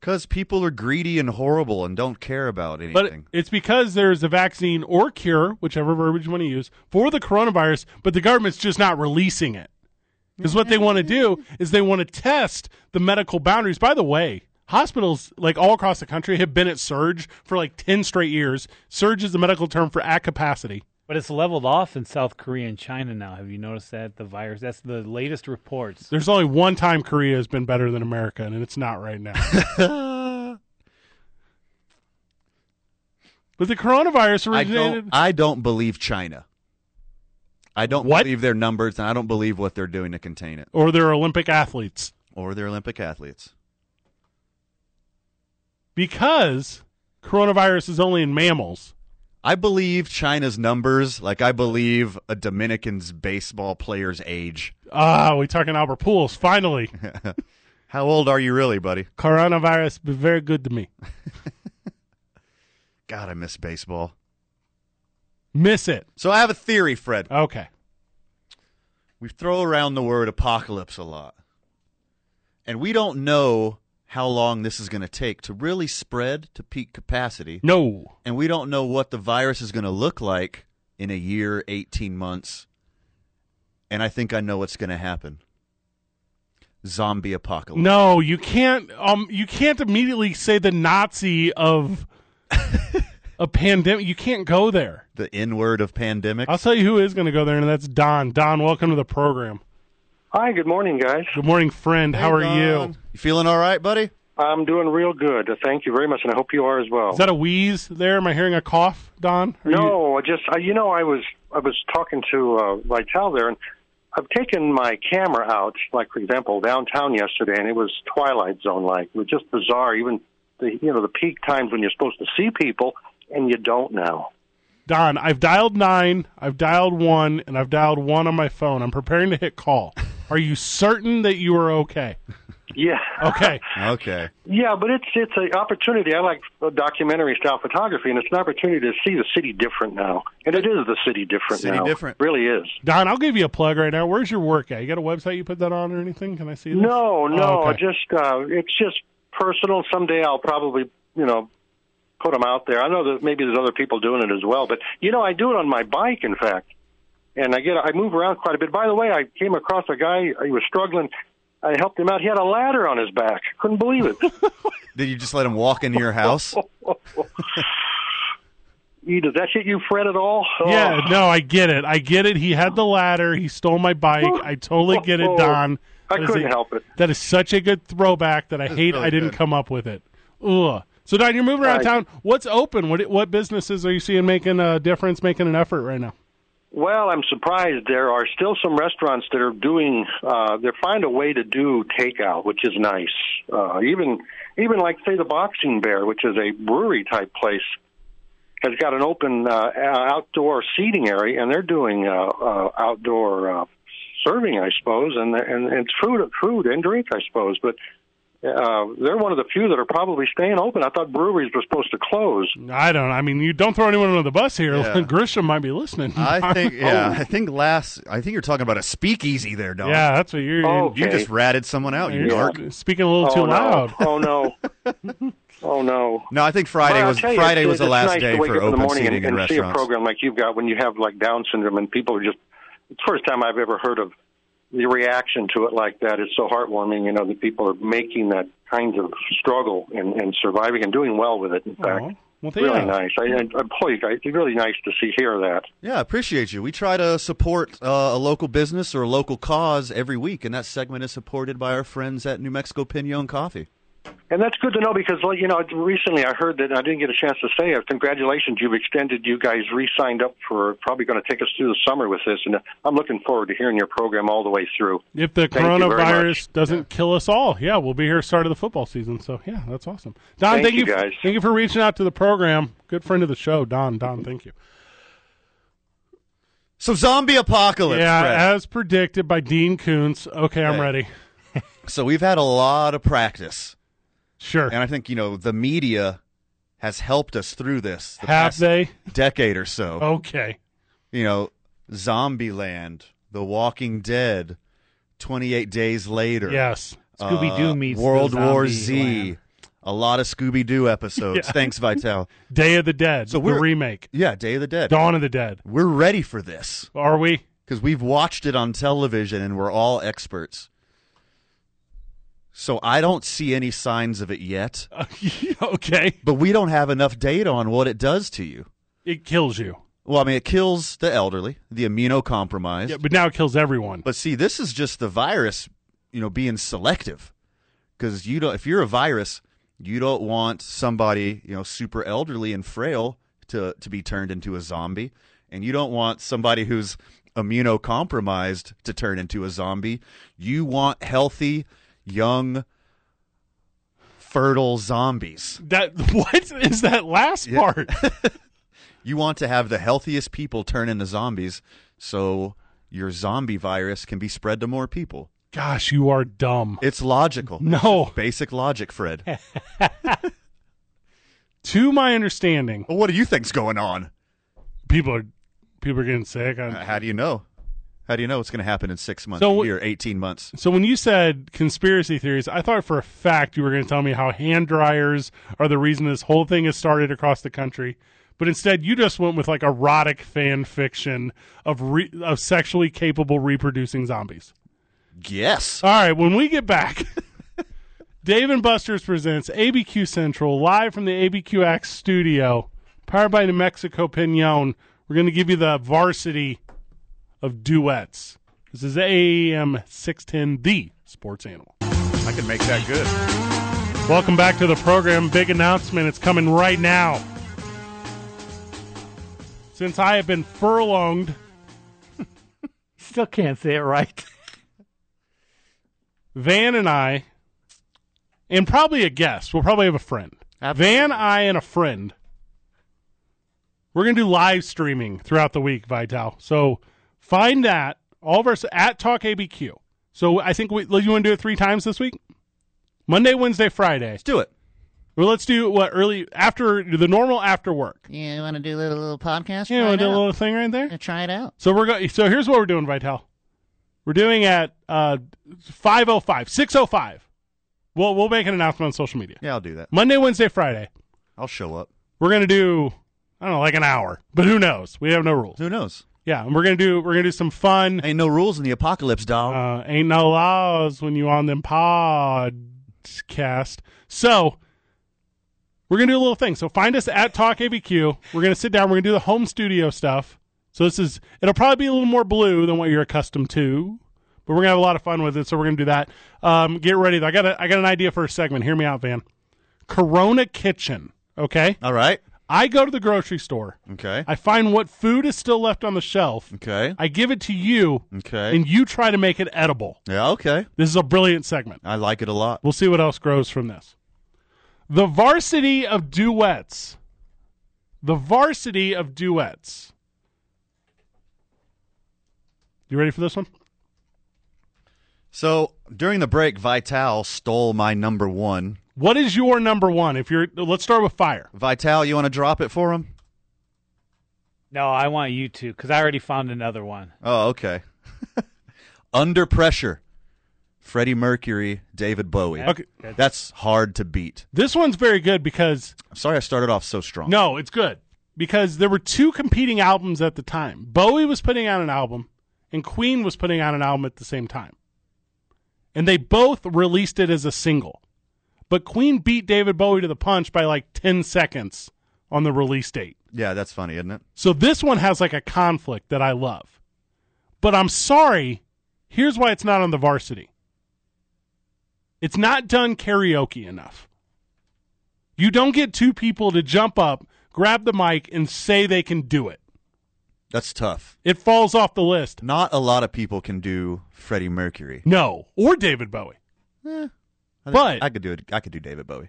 Because people are greedy and horrible and don't care about
But
anything.
it's because there's a vaccine or cure, whichever verbiage you want to use, for the coronavirus, but the government's just not releasing it. Because what they want to do is they want to test the medical boundaries. By the way, hospitals like all across the country have been at surge for like 10 straight years. Surge is the medical term for at capacity.
But it's leveled off in South Korea and China now. Have you noticed that the virus? That's the latest reports.
There's only one time Korea has been better than America, and it's not right now. but the coronavirus
I
originated.
don't. I don't believe China. I don't
What?
believe their numbers, and I don't believe what they're doing to contain it
or they're Olympic athletes.
or their Olympic athletes.
Because coronavirus is only in mammals.
I believe China's numbers, like I believe a Dominican's baseball player's age.
Ah, we talking Albert Pools. Finally,
How old are you really, buddy?
coronavirus be very good to me.
God, I miss baseball.
Miss it.
So I have a theory, Fred.
Okay.
we throw around the word apocalypse a lot. And we don't know how long this is going to take to really spread to peak capacity.
No.
And we don't know what the virus is going to look like in a year, 18 months. And I think I know what's going to happen zombie apocalypse.
No, you can't. Um, you can't immediately say the Nazi of a pandemic. You can't go there.
The N word of pandemic.
I'll tell you who is going to go there, and that's Don. Don, welcome to the program.
Hi, good morning, guys.
Good morning, friend. How are you?
You feeling all right, buddy?
I'm doing real good. Thank you very much, and I hope you are as well.
Is that a wheeze there? Am I hearing a cough, Don? Are you-
no, I just I, you know I was I was talking to uh, Vital there, and I've taken my camera out, like for example downtown yesterday, and it was twilight zone like. It was just bizarre. Even the you know the peak times when you're supposed to see people, and you don't now.
Don, I've dialed nine, I've dialed one, and I've dialed one on my phone. I'm preparing to hit call. Are you certain that you are okay?
Yeah,
Okay.
Okay.
yeah, but it's it's an opportunity. I like documentary style photography, and it's an opportunity to see the city different now, and it is the city different
City
now.
different.
It really is.
Don, I'll give you a plug right now. Where's your work at? You got a website you put that on or anything? Can I see this?
No, no,
Oh, okay.
just uh, it's just personal. Someday I'll probably, you know, put them out there. I know that maybe there's other people doing it as well, but you know, I do it on my bike, in fact, and I get I move around quite a bit. By the way, I came across a guy. He was struggling. I helped him out. He had a ladder on his back. Couldn't believe it.
Did you just let him walk into your house?
He- Does that hit you, Fred, at all? Oh.
Yeah, no, I get it. I get it. He had the ladder. He stole my bike. I totally get it, Don.
I
That is
couldn't
a-
help it.
That is such a good throwback that I hate
really
I didn't
good.
come up with it. Ugh. So, Don, you're moving around
Right.
town. What's open? What what businesses are you seeing making a difference, making an effort right now?
Well, I'm surprised. There are still some restaurants that are doing. Uh, they find a way to do takeout, which is nice. Uh, even even like say the Boxing Bear, which is a brewery type place, has got an open uh, outdoor seating area, and they're doing uh, uh, outdoor uh, serving, I suppose, and and and food food and drink, I suppose, but. Uh, they're one of the few that are probably staying open. I thought breweries were supposed to close.
I don't. I mean, you don't throw anyone under the bus here.
Yeah.
Grisham might be listening. Oh,
I think, yeah, I think last, I think you're talking about a speakeasy there, Don.
yeah, that's what you're.
Oh,
You
Okay.
just ratted someone out, you
You're
narc.
speaking a little
oh,
too
no.
loud.
Oh no! oh no!
No, I think Friday
Well, I'll
was
tell you,
Friday
it's-
was the
it's
last
nice
day
to wake
for
up in the
open
morning
seating in
and, and see a
restaurants.
program like you've got when you have like Down syndrome and people are just. It's the first time I've ever heard of the reaction to it like that. It's so heartwarming, you know, that people are making that kind of struggle and, and surviving and doing well with it. In fact,
Oh, well, there you
really
are.
nice. I, I, I'm pleased. I, it's really nice to see hear that.
Yeah, I appreciate you. We try to support uh, a local business or a local cause every week, and that segment is supported by our friends at New Mexico Pinon Coffee.
And that's good to know because, like, you know, recently I heard that I didn't get a chance to say it. Congratulations, you've extended. You guys re-signed up for probably going to take us through the summer with this, and I'm looking forward to hearing your program all the way through.
If the
Thank you very much.
coronavirus doesn't kill us all, yeah, we'll be here start of the football season. So yeah, that's awesome. Don, thank,
Thank you,
f-
guys.
Thank you for reaching out to the program. Good friend of the show, Don. Don, thank you.
So zombie apocalypse.
yeah, uh,
Fred.
as predicted by Dean Koontz. Okay, I'm
Hey.
ready.
so we've had a lot of practice,
Sure.
and I think you know the media has helped us through this the
Have
past
they? Oh.
decade or so.
Okay.
You know, Zombieland, The Walking Dead, Twenty Eight Days Later.
Yes.
uh,
Scooby Doo meets the
World War
zombie
Z.
land.
A lot of Scooby Doo episodes. Thanks, Vital.
Day of the Dead,
So
the
we're-
remake,
Yeah, Day of the Dead.
Dawn of the Dead.
We're ready for this
Are we?
because we've watched it on television and we're all experts. So I don't see any signs of it yet,
okay.
but we don't have enough data on what it does to you.
It kills you.
Well, I mean, it kills the elderly, the immunocompromised.
Yeah, but now it kills everyone.
But see, this is just the virus, you know, being selective. Because you don't, if you're a virus, you don't want somebody, you know, super elderly and frail to to be turned into a zombie, and you don't want somebody who's immunocompromised to turn into a zombie. You want healthy, young, fertile zombies.
that what is that last part?
You want to have the healthiest people turn into zombies, so your zombie virus can be spread to more people.
Gosh, you are dumb.
It's logical.
No.
Basic logic, Fred.
To my understanding,
Well, what do you think's going on?
people are people are getting sick. I-
Uh, How do you know? How do you know what's going to happen in six months,
So
a
wh-
year, eighteen months?
So when you said conspiracy theories, I thought for a fact you were going to tell me how hand dryers are the reason this whole thing has started across the country. But instead, you just went with like erotic fan fiction of re- of sexually capable reproducing zombies.
Yes.
All right, when we get back, Dave and Buster's presents ABQ Central live from the ABQX studio, powered by New Mexico Pinon. We're going to give you the varsity of duets. This is AM 610, the sports animal.
I can make that good.
Welcome back to the program. Big announcement. It's coming right now. Since I have been furlonged,
Still can't say it right.
Van and I, and probably a guest, we'll probably have a friend. Van, I, and a friend. We're going to do live streaming throughout the week, Vital. So find that. All of us at Talk ABQ. So I think we, you want to do it three times this week? Monday, Wednesday, Friday.
Let's do it.
Well, let's do what early after the normal after work.
Yeah, you want to do a little, little podcast?
Yeah,
Try
wanna
it
do a
out.
little thing right there.
Uh, Try it out.
So we're going. So here's what we're doing, Vital. We're doing at uh, 505, 605. We'll we'll make an announcement on social media.
Yeah, I'll do that.
Monday, Wednesday, Friday.
I'll show up.
We're gonna do I don't know, like an hour, but who knows? We have no rules.
Who knows?
Yeah, and we're gonna do we're gonna do some fun.
Ain't no rules in the apocalypse, dog.
Uh, ain't no laws when you on them podcast. So we're gonna do a little thing. So find us at Talk ABQ. We're gonna sit down. We're gonna do the home studio stuff. So this is it'll probably be a little more blue than what you're accustomed to, but we're gonna have a lot of fun with it. So we're gonna do that. Um, get ready. though. I got a, I got an idea for a segment. Hear me out, Van. Corona Kitchen. Okay,
All right.
I go to the grocery store.
Okay.
I find what food is still left on the shelf.
Okay.
I give it to you,
Okay.
and you try to make it edible.
yeah. Okay.
This is a brilliant segment.
I like it a lot.
We'll see what else grows from this. The varsity of duets. The varsity of duets. You ready for this one?
So during the break, Vital stole my number one.
What is your number one? If you're, let's start with fire.
Vital, you want to drop it for him?
No, I want you to because I already found another one.
Oh, okay. Under pressure. Freddie Mercury, David Bowie.
Okay.
That's hard to beat.
This one's very good because
I'm sorry I started off so strong.
no, it's good because there were two competing albums at the time. Bowie was putting out an album, and Queen was putting out an album at the same time, and they both released it as a single. But Queen beat David Bowie to the punch by like ten seconds on the release date.
Yeah, that's funny, isn't it?
So this one has like a conflict that I love. But I'm sorry, here's why it's not on the varsity. It's not done karaoke enough. You don't get two people to jump up, grab the mic, and say they can do it.
That's tough.
It falls off the list.
Not a lot of people can do Freddie Mercury. Eh,
No. Or David Bowie.
I think
But-
I could do it. I could do David Bowie.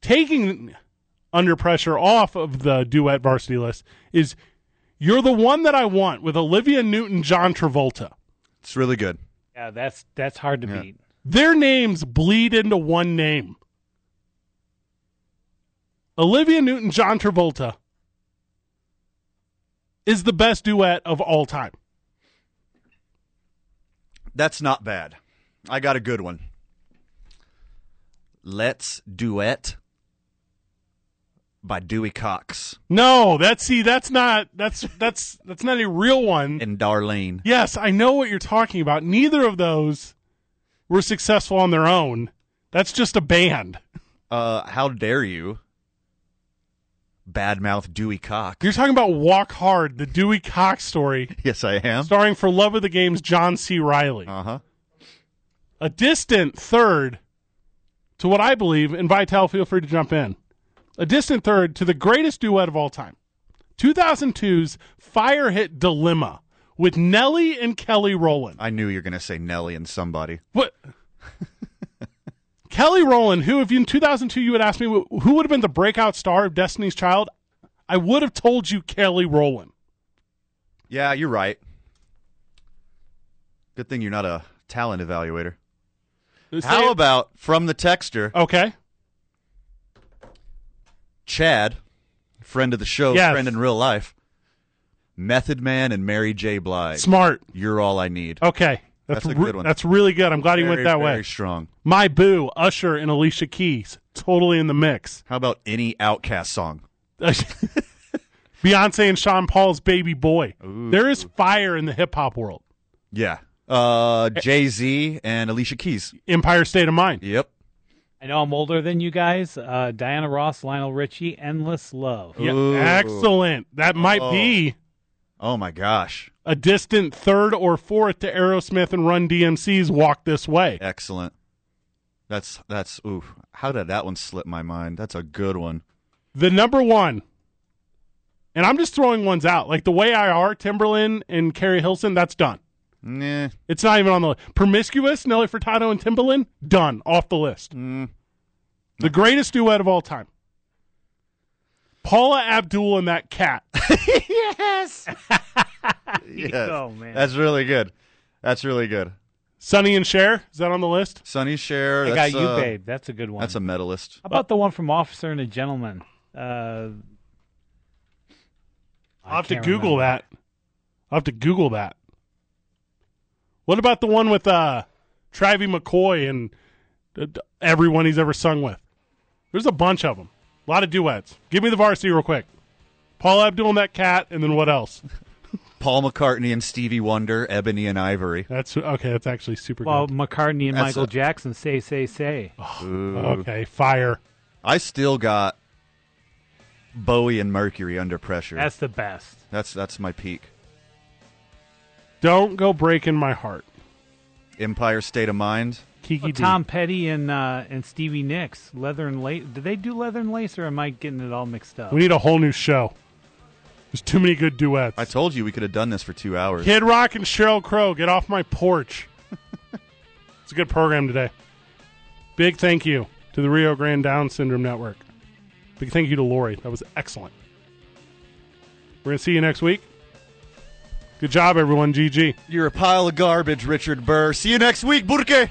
Taking under pressure off of the duet varsity list is You're the One That I Want with Olivia Newton John Travolta.
It's really good.
Yeah, that's that's hard to
Yeah.
beat.
Their names bleed into one name. Olivia Newton John Travolta is the best duet of all time.
That's not bad. I got a good one. Let's Duet by Dewey Cox
No, that's see, that's not that's that's that's not a real one.
and Darlene.
Yes, I know what you're talking about. Neither of those were successful on their own. That's just a band.
Uh, how dare you badmouth Dewey Cox?
You're talking about Walk Hard, the Dewey Cox story,
Yes, I am.
starring for Love of the Game's John C. Riley.
Uh huh.
a distant third to what I believe, and Vital, feel free to jump in. A distant third to the greatest duet of all time 2002's fire hit Dilemma with Nelly and Kelly Rowland.
I knew you were going to say Nelly and somebody.
What? Kelly Rowland, who, if you in 2002 you had asked me wh- who would have been the breakout star of Destiny's Child, I would have told you Kelly Rowland.
Yeah, you're right. Good thing you're not a talent evaluator. How about from the texter,
Okay.
Chad, friend of the show,
Yes.
friend in real life, Method Man and Mary J. Blige.
Smart.
You're all I need.
Okay.
That's a
re-
good one.
That's really good. I'm glad Oh, he went
Very,
that way.
Very strong.
My Boo, Usher, and Alicia Keys, totally in the mix.
How about any Outcast song?
Beyonce and Sean Paul's Baby Boy. There is fire in the hip hop world.
Yeah. Uh,
Eh.
Jay Z and Alicia Keys.
Empire State of Mind.
Yep.
I know I'm older than you guys. Uh, Diana Ross, Lionel Richie, Endless Love.
Yeah,
Ooh.
excellent. That might
Oh.
be
Oh my gosh.
a distant third or fourth to Aerosmith and Run DMC's Walk This Way.
Excellent. That's that's ooh. How did that one slip my mind? That's a good one.
The number one, and I'm just throwing ones out. Like The Way I Are, Timberland and Carrie Hilson, that's done.
Nah.
It's not even on the list. Promiscuous, Nelly Furtado and Timbaland, done. Off the list.
Mm.
The greatest duet of all time. Paula Abdul and that cat.
Yes.
Oh, man.
That's really good. That's really good.
Sonny and Cher, is that on the list?
Sonny Cher.
I got
that's,
you,
uh,
babe. That's a good one.
That's a medalist.
How about the one from Officer and a Gentleman? Uh,
I'll have to
can't
Google
remember.
that. I'll have to Google that. What about the one with uh Travie McCoy and uh, d- everyone he's ever sung with? There's a bunch of them. A lot of duets. Give me the varsity real quick. Paula Abdul and that cat, and then what else?
Paul McCartney and Stevie Wonder, Ebony and Ivory.
That's okay. That's actually super
Well,
good.
McCartney and
That's
Michael
a- Oh.
Jackson, say, say, say.
Um,
Okay, fire.
I still got Bowie and Mercury under pressure.
That's the best.
that's that's my peak.
Don't go breaking my heart.
Empire State of Mind.
Kiki
Oh,
D.
Tom Petty and uh, and Stevie Nicks, Leather and Lace. Did they do Leather and Lace, or am I getting it all mixed up?
We need a whole new show. There's too many good duets.
I told you we could have done this for two hours.
Kid Rock and Cheryl Crow, get off my porch. it's a good program today. Big thank you to the Rio Grande Down Syndrome Network. Big thank you to Lori. That was excellent. We're going to see you next week. Good job, everyone. GG.
You're a pile of garbage, Richard Burr. See you next week, Burke.